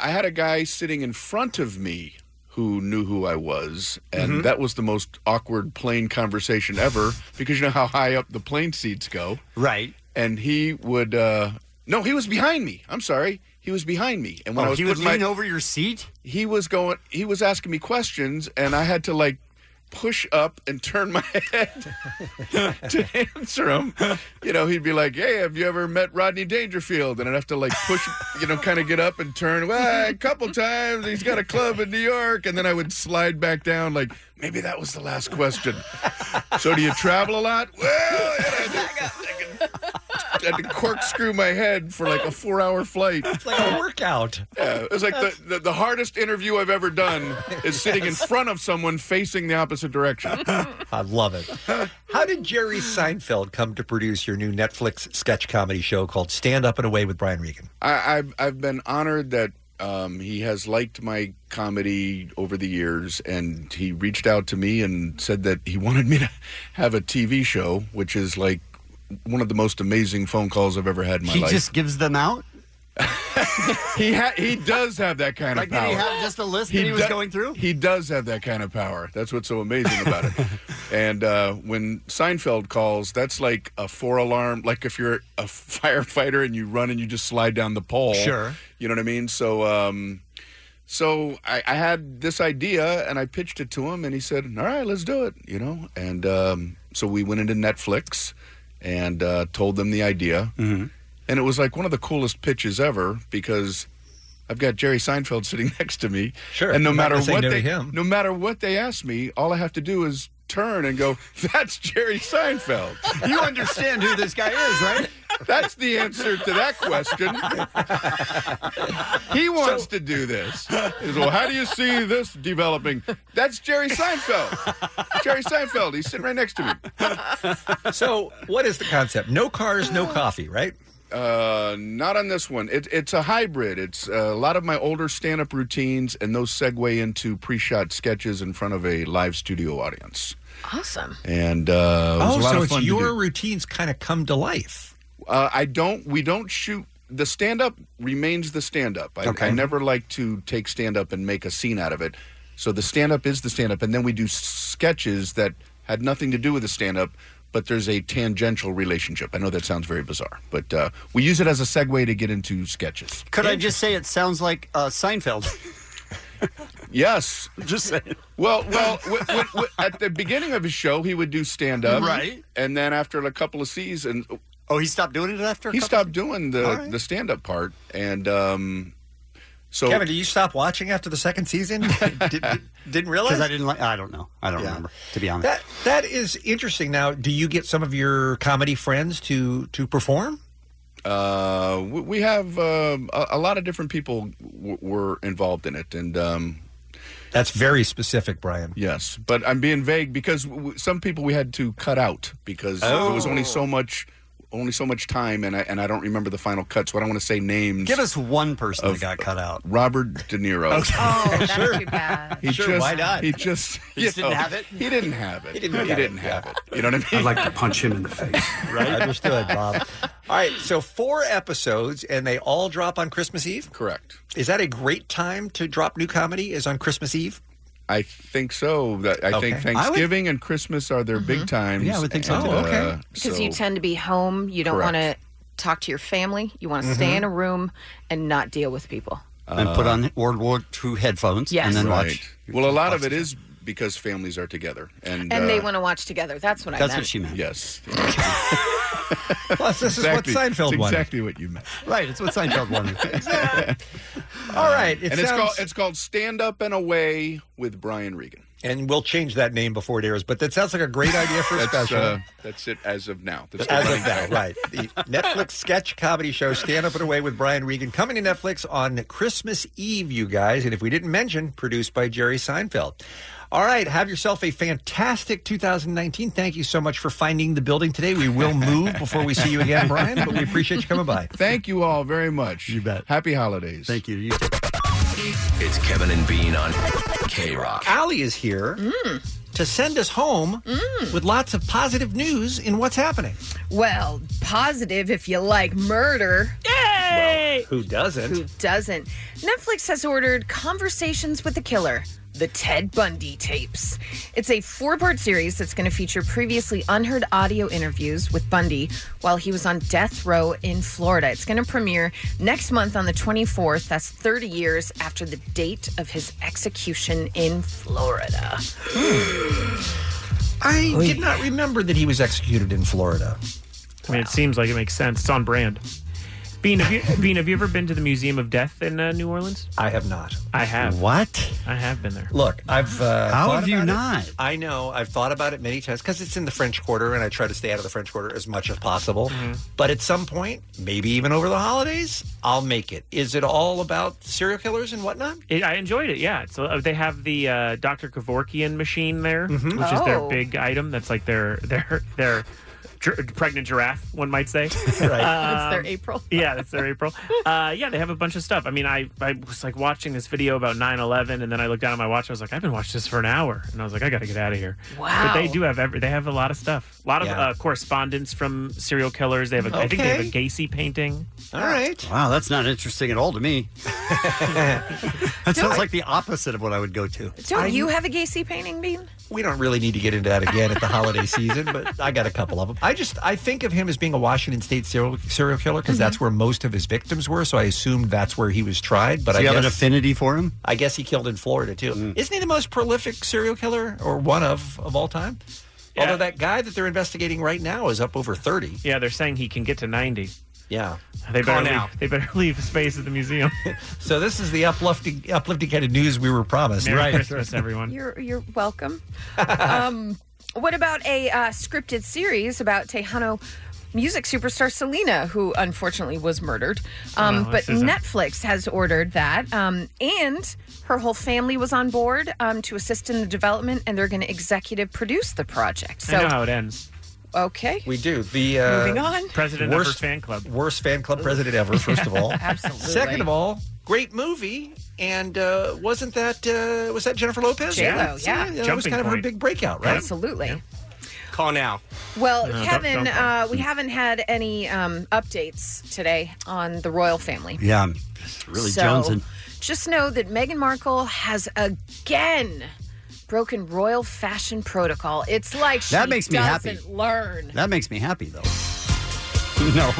S4: I had a guy sitting in front of me who knew who I was,
S12: Mm-hmm.
S4: and that was the most awkward plane conversation ever because you know how high up the plane seats go.
S12: Right.
S4: And he would, uh, no, he was behind me. I'm sorry. He was behind me. And when
S12: Oh,
S4: I was
S12: he would
S4: putting my-
S12: lean over your seat?
S4: he was going, he was asking me questions, and I had to like push up and turn my head to answer him. You know, he'd be like, "Hey, have you ever met Rodney Dangerfield?" And I'd have to like push, you know, kind of get up and turn. Well, a couple times he's got a club in New York, and then I would slide back down. Like maybe that was the last question. So do you travel a lot? Well, you know, I, had to, I had to corkscrew my head for like a four-hour flight. It's
S13: like a workout.
S4: Yeah, it was like the, the, the hardest interview I've ever done is sitting in front of someone facing the opposite direction.
S13: I love it. How did Jerry Seinfeld come to produce your new Netflix sketch comedy show called Stand Up and Away with Brian Regan?
S4: I, I've I've been honored that um, he has liked my comedy over the years, and he reached out to me and said that he wanted me to have a TV show, which is like one of the most amazing phone calls I've ever had in my
S12: he
S4: life.
S12: just gives them out?
S4: he ha- he does have that kind
S12: Like
S4: of
S12: did
S4: power.
S12: he have just a list that he was
S4: do-
S12: going through?
S4: He does have that kind of power. That's what's so amazing about it. And uh, when Seinfeld calls, that's like a four alarm. Like if you're a firefighter and you run and you just slide down the pole.
S12: Sure.
S4: You know what I mean? So, um, so I, I had this idea and I pitched it to him, and he said, "All right, let's do it." You know. And um, so we went into Netflix and uh, told them the idea.
S13: Mm-hmm.
S12: Mhm.
S4: And it was like one of the coolest pitches ever because I've got Jerry Seinfeld sitting next to me.
S13: Sure.
S4: And no
S13: I'm not
S4: matter
S13: gonna say
S4: what
S13: no to
S4: they
S13: him.
S4: no matter what they ask me, all I have to do is turn and go, "That's Jerry Seinfeld."
S12: You understand who this guy is, right?
S4: That's the answer to that question. he wants to do this. He says, well, how do you see this developing? That's Jerry Seinfeld. Jerry Seinfeld. He's sitting right next to me.
S13: So, what is the concept? No cars, no coffee, right?
S4: Uh, not on this one. It, it's a hybrid. It's uh, a lot of my older stand-up routines, and those segue into pre-shot sketches in front of a live studio audience.
S14: Awesome.
S4: And uh, it was
S13: oh,
S4: a lot
S13: so
S4: of
S13: it's
S4: fun to
S13: your
S4: do.
S13: routines kind of come to life.
S4: Uh, I don't. We don't shoot. The stand up remains the stand up. I,
S13: Okay.
S4: I never like to take stand up and make a scene out of it. So the stand up is the stand up, and then we do s- sketches that had nothing to do with the stand up, but there's a tangential relationship. I know that sounds very bizarre, but uh, we use it as a segue to get into sketches.
S12: Could I just say it sounds like uh, Seinfeld?
S4: Yes. Just saying. Well, well, w- w- w- at the beginning of his show, he would do stand up,
S12: Right.
S4: And then after a couple of seasons,
S12: Oh, he stopped doing it after. a
S4: he
S12: couple-
S4: stopped doing the the stand up part, and um, So
S13: Kevin, did you stop watching after the second season? did, not realize?
S12: Because I didn't like. I don't know. I don't remember to be honest.
S13: That that is interesting. Now, do you get some of your comedy friends to to perform?
S4: Uh, we- we have um, a, a lot of different people w- were involved in it, and um,
S13: that's very specific, Brian.
S4: Yes, but I'm being vague because w- some people we had to cut out because there was only
S12: Oh.
S4: so much, only so much time, and I and I don't remember the final cut, so I don't want to say names.
S12: Give us one person that got cut out.
S4: Robert De Niro.
S14: Oh, that's too bad.
S4: He just, He just,
S12: He
S4: you
S12: just didn't have it?
S4: He didn't have it.
S13: He didn't have it,
S4: have it. You know what I mean? I'd like to punch him in the face.
S13: Right? Understood, Bob. All right, so four episodes, and they all drop on Christmas Eve.
S4: Correct.
S13: Is that a great time to drop new comedy? Is on Christmas Eve?
S4: I think so. That- I
S13: Okay.
S4: think
S13: I would- Mm-hmm.
S4: Thanksgiving and Christmas are their big times.
S13: Yeah, I would think so,
S4: and, uh,
S13: too. Oh, okay.
S14: Because
S4: so-
S14: you tend to be home. You don't
S4: Correct. Mm-hmm.
S14: want to talk to your family. You want to stay
S12: Mhm.
S14: in a room and not deal with people.
S12: and put on World War II headphones
S14: Yes.
S12: and then
S4: Uh, Right.
S12: watch.
S4: Well, a lot of it is because families are together, and
S14: And
S4: uh,
S14: they want to watch together. That's what I meant.
S12: meant.
S4: Yes.
S13: Plus, this is what Seinfeld
S4: it's
S13: wanted.
S4: Exactly what you meant.
S12: Right, it's what Seinfeld wanted.
S13: All right,
S4: and it's called it's called Stand Up and Away with Brian Regan.
S13: and we'll change that name before it airs. But that sounds like a great idea for a
S4: That's,
S13: special.
S4: uh, that's it as of now. That's the
S13: As of
S4: running
S13: now,
S4: title.
S13: right. The Netflix sketch comedy show Stand Up and Away with Brian Regan coming to Netflix on Christmas Eve, you guys. And if we didn't mention, produced by Jerry Seinfeld. All right, have yourself a fantastic 2019. Thank you so much for finding the building today. We will move before we see you again, Brian, but we appreciate you coming by.
S4: Thank you all very much. You bet. Happy holidays. Thank
S12: you.
S21: It's Kevin and Bean on K Rock.
S13: Allie is here to send us home with lots of positive news in what's happening.
S14: Well, positive if you like murder. Yay!
S13: Who doesn't?
S14: Who doesn't? Netflix has ordered Conversations with the Killer. The Ted Bundy tapes. It's a four part series that's going to feature previously unheard audio interviews with Bundy while he was on death row in Florida. It's going to premiere next month on the 24th. That's 30 years after the date of his execution in Florida.
S13: I did not remember that he was executed in Florida.
S15: I mean, it seems like it makes sense. It's on brand. Bean, have you, Bean, have you ever been to the Museum of Death in uh, New Orleans?
S13: I have not.
S15: I have.
S12: What?
S15: I have been there.
S13: Look, I've. Uh,
S15: How
S13: thought
S15: have you
S13: about it.
S15: not?
S13: I know. I've thought about it many times because it's in the French Quarter, and I try to stay out of the French Quarter as much as possible.
S15: Mm-hmm.
S13: But at some point, maybe even over the holidays, I'll make it. Is it all about serial killers and whatnot?
S15: It, I enjoyed it. Yeah. So uh, they have the uh, Dr. Kevorkian machine there, which is their
S14: Oh.
S15: big item. That's like their their their gir- pregnant giraffe, one might say.
S14: That's their
S15: Um,
S14: April.
S15: yeah, that's their April. Uh, yeah, they have a bunch of stuff. I mean, I, I was like watching this video about 9 11, and then I looked down at my watch. I was like, I've been watching this for an hour. And I was like, I got to get out of here. But they
S14: Wow.
S15: do have every, they have a lot of stuff. A lot of
S13: Yeah.
S15: uh, correspondence from serial killers. They have, a I think they have a
S13: Okay.
S15: Gacy painting.
S13: All right.
S12: Wow, Oh, that's not interesting at all to me. that sounds like the opposite of what I would go to.
S14: Don't you have a Gacy painting, Bean?
S13: We don't really need to get into that again at the holiday season, but I got a couple of them. I just I think of him as being a Washington State serial, serial killer because that's where most of his victims were. So I assumed that's where he was tried. But
S12: Do
S13: I
S12: you have
S13: guess,
S12: an affinity for him?
S13: I guess he killed in Florida too. Isn't he the most prolific serial killer or one of of all time? Although that guy that they're investigating right now is up over thirty.
S15: Yeah, they're saying he can get to ninety.
S13: Yeah,
S15: They
S13: Call
S15: better,
S13: now.
S15: leave, they better leave space at the museum.
S13: So this is the uplifting uplifting kind of news we were promised.
S15: Merry Christmas, everyone.
S14: You're you're welcome. um, what about a uh, scripted series about Tejano music superstar Selena, who unfortunately was murdered? Um,
S7: Oh,
S17: No,
S14: but
S17: this isn't.
S14: Netflix has ordered that, um, and her whole family was on board um, to assist in the development, and they're going to executive produce the project.
S15: I know
S14: So
S15: how it ends.
S14: okay,
S13: We do the uh,
S14: Moving on.
S15: President of her fan club.
S13: Worst fan club president ever. First of all,
S14: Absolutely.
S13: Second of all, great movie. And uh, wasn't that uh, was that Jennifer Lopez?
S14: J-Lo, yeah.
S13: that was
S14: Jumping
S13: kind of her
S14: point.
S13: big breakout, right?
S14: absolutely.
S7: Call now.
S14: Well,
S7: No, don't-
S14: Kevin,
S7: don't go.
S14: uh, we haven't had any um, updates today on the royal family.
S12: Yeah, I'm really
S14: So,
S12: Johnson.
S14: Just know that Meghan Markle has again broken royal fashion protocol. It's like she
S12: That makes me happy.
S14: doesn't learn.
S12: That makes me happy though. No,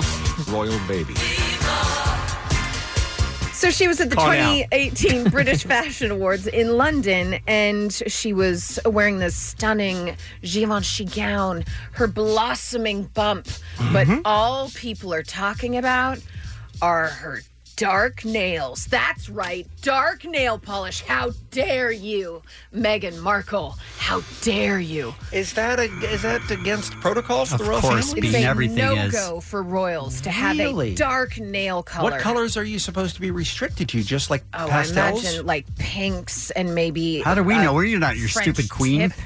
S13: royal baby.
S14: So she was at the
S12: Call now.
S14: 2018 British Fashion Awards in London, and she was wearing this stunning Givenchy gown, her
S12: Mm-hmm.
S14: blossoming bump. But all people are talking about are her Dark nails. That's right. Dark nail polish. How dare you, Meghan Markle? How dare you?
S13: Is that a, is that against protocol for
S12: Of
S13: the royal
S12: course,
S13: family?
S12: Bean, everything
S14: no
S12: is.
S14: go for royals to have
S13: Really?
S14: a dark nail color.
S13: What colors are you supposed to be restricted to? Just like
S14: Oh,
S13: pastels?
S14: I imagine like pinks and maybe.
S12: How do we
S14: uh,
S12: know? We're you're not your
S14: French
S12: stupid queen.
S14: tip.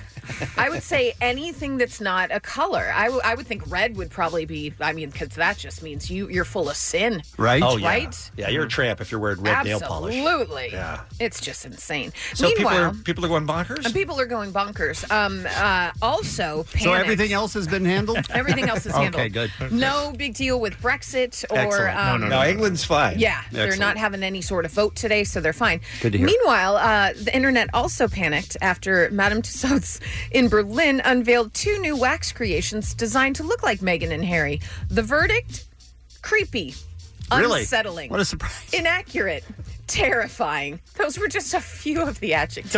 S14: I would say anything that's not a color. I, w- I would think red would probably be. I mean, because that just means you you're full of sin,
S13: Right? Oh, yeah.
S14: Right?
S13: Yeah, you're a tramp if you're wearing red
S14: Absolutely.
S13: nail polish. Yeah.
S14: It's just insane.
S13: So people
S14: Meanwhile,
S13: are people are going bonkers.
S14: and people are going bonkers. Um, uh, also, panic.
S12: So everything else has been handled.
S14: Everything else is handled.
S12: Okay, good.
S14: No big deal with Brexit or
S12: Excellent.
S14: um,
S13: no, England's fine.
S14: Yeah, they're not having any sort of vote today, so they're fine.
S12: Good to hear.
S14: Meanwhile, uh, the internet also panicked after Madame Tussauds in Berlin unveiled two new wax creations designed to look like Meghan and Harry. The verdict: creepy,
S12: Really?
S14: unsettling,
S12: What a surprise.
S14: inaccurate, terrifying. Those were just a few of the adjectives.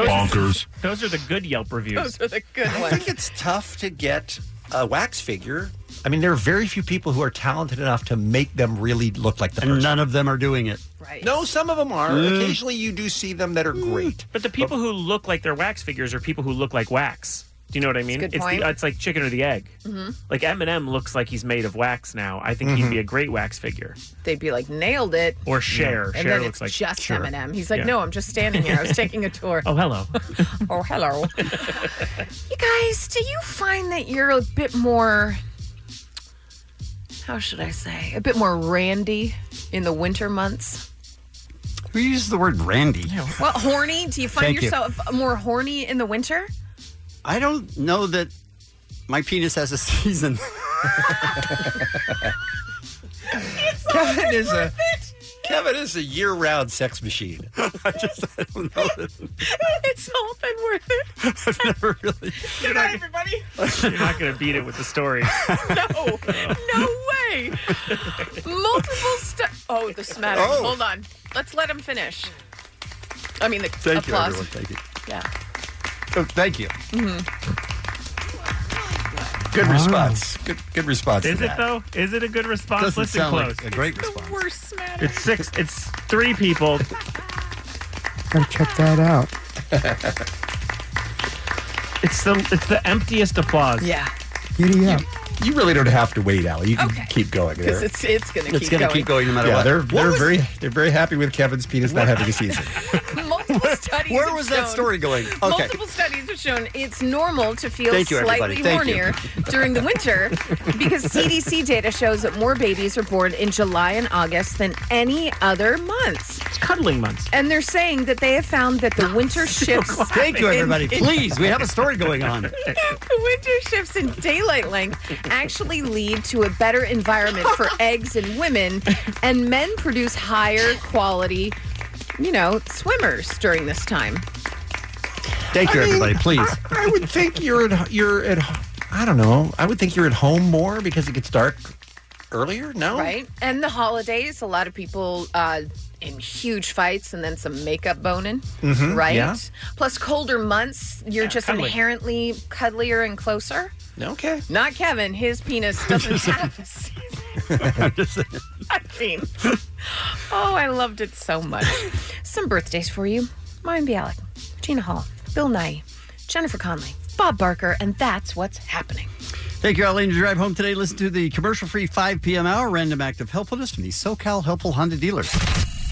S15: Those are the good Yelp reviews.
S14: Those are the good
S13: I
S14: ones.
S13: think it's tough to get a wax figure. I mean, there are very few people who are talented enough to make them really look like the person.
S12: None of them are doing it.
S14: Right.
S13: No, some of them are.
S12: Hmm.
S15: Mm.
S13: Occasionally, you do see them that are great.
S15: But the people who look like their wax figures are people who look like wax. Do you know what I mean?
S14: good
S15: it's
S14: point.
S15: the it's like chicken or the egg.
S14: Mhm.
S15: Like Eminem looks like he's made of wax now. I think
S12: Mm-hmm.
S15: he'd be a great wax figure.
S14: They'd be like, nailed it.
S15: Or Cher.
S14: And
S15: Cher
S14: then
S15: looks
S14: it's
S15: like-
S14: just
S15: Sure.
S14: Eminem. He's like,
S15: Yeah.
S14: no, I'm just standing here. I was taking a tour.
S15: Oh hello.
S14: oh, hello. you guys, do you find that you're a bit more, how should I say, a bit more randy in the winter months?
S12: Who uses the word Randy?
S14: Well, horny? Do you find
S12: Thank you.
S14: yourself more horny in the winter?
S12: I don't know that my penis has a season.
S13: Kevin is a Kevin is a year-round sex machine. I just I don't know.
S14: it's all been worth it.
S12: I've never really.
S14: Good night, everybody.
S15: You're not going to beat it with the story.
S14: No, no way. Multiple st- Oh, the smatter.
S15: Oh.
S14: Hold on. Let's let him finish. I mean, the
S12: Thank you,
S14: applause.
S12: everyone. Thank you.
S14: Yeah.
S12: Oh, thank you.
S14: hmm
S13: Good response. Good good response.
S15: Is
S13: to
S15: it
S13: that.
S15: though? Is it a good response?
S13: Doesn't
S15: Listen
S13: sound
S15: close.
S13: like a great response.
S14: Worst smatter.
S15: It's six. It's three people.
S22: Gotta check that out.
S15: It's the it's the emptiest applause.
S14: Yeah.
S22: Giddy up.
S13: You really don't have to wait, Allie. You can keep going.
S14: 'Cause it's- it's gonna It's keep gonna keep going. going no matter
S13: yeah,
S15: what.
S13: They're,
S15: What
S13: they're
S15: was-
S13: very they're very happy with Kevin's penis not having a season.
S14: Multiple studies.
S12: Where
S14: have
S12: was that
S14: shown-
S12: story going? Okay.
S14: Multiple studies have shown it's normal to feel
S12: Thank you, everybody.
S14: slightly
S12: Thank you.
S14: hornier during the winter because CDC data shows that more babies are born in July and August than any other months.
S15: It's cuddling months.
S14: And they're saying that they have found that the winter shifts.
S12: Thank you,
S14: in-
S12: everybody.
S14: in-
S12: Please, we have a story going on.
S14: the winter shifts in daylight length actually lead to a better environment for eggs in women, and men produce higher quality, you know, swimmers during this time.
S12: Thank you,
S13: I mean,
S12: everybody. Please.
S13: I would think you're at you're at I don't know. I would think you're at home more because it gets dark earlier. No,
S14: Right? And the holidays, a lot of people uh, in huge fights and then some makeup boning,
S13: Mhm,
S14: right?
S13: yeah.
S14: Plus, colder months, you're just
S13: cuddly.
S14: inherently cuddlier and closer.
S13: Okay.
S14: Not Kevin. His penis doesn't have a season. I mean, oh, I loved it so much. Some birthdays for you Mine Bialik, Gina Hall, Bill Nye, Jennifer Conley, Bob Barker, and that's what's happening.
S12: Thank you, Allie. Your drive home today. Listen to the commercial-free 5 p.m. hour random act of helpfulness from the SoCal Helpful Honda dealers.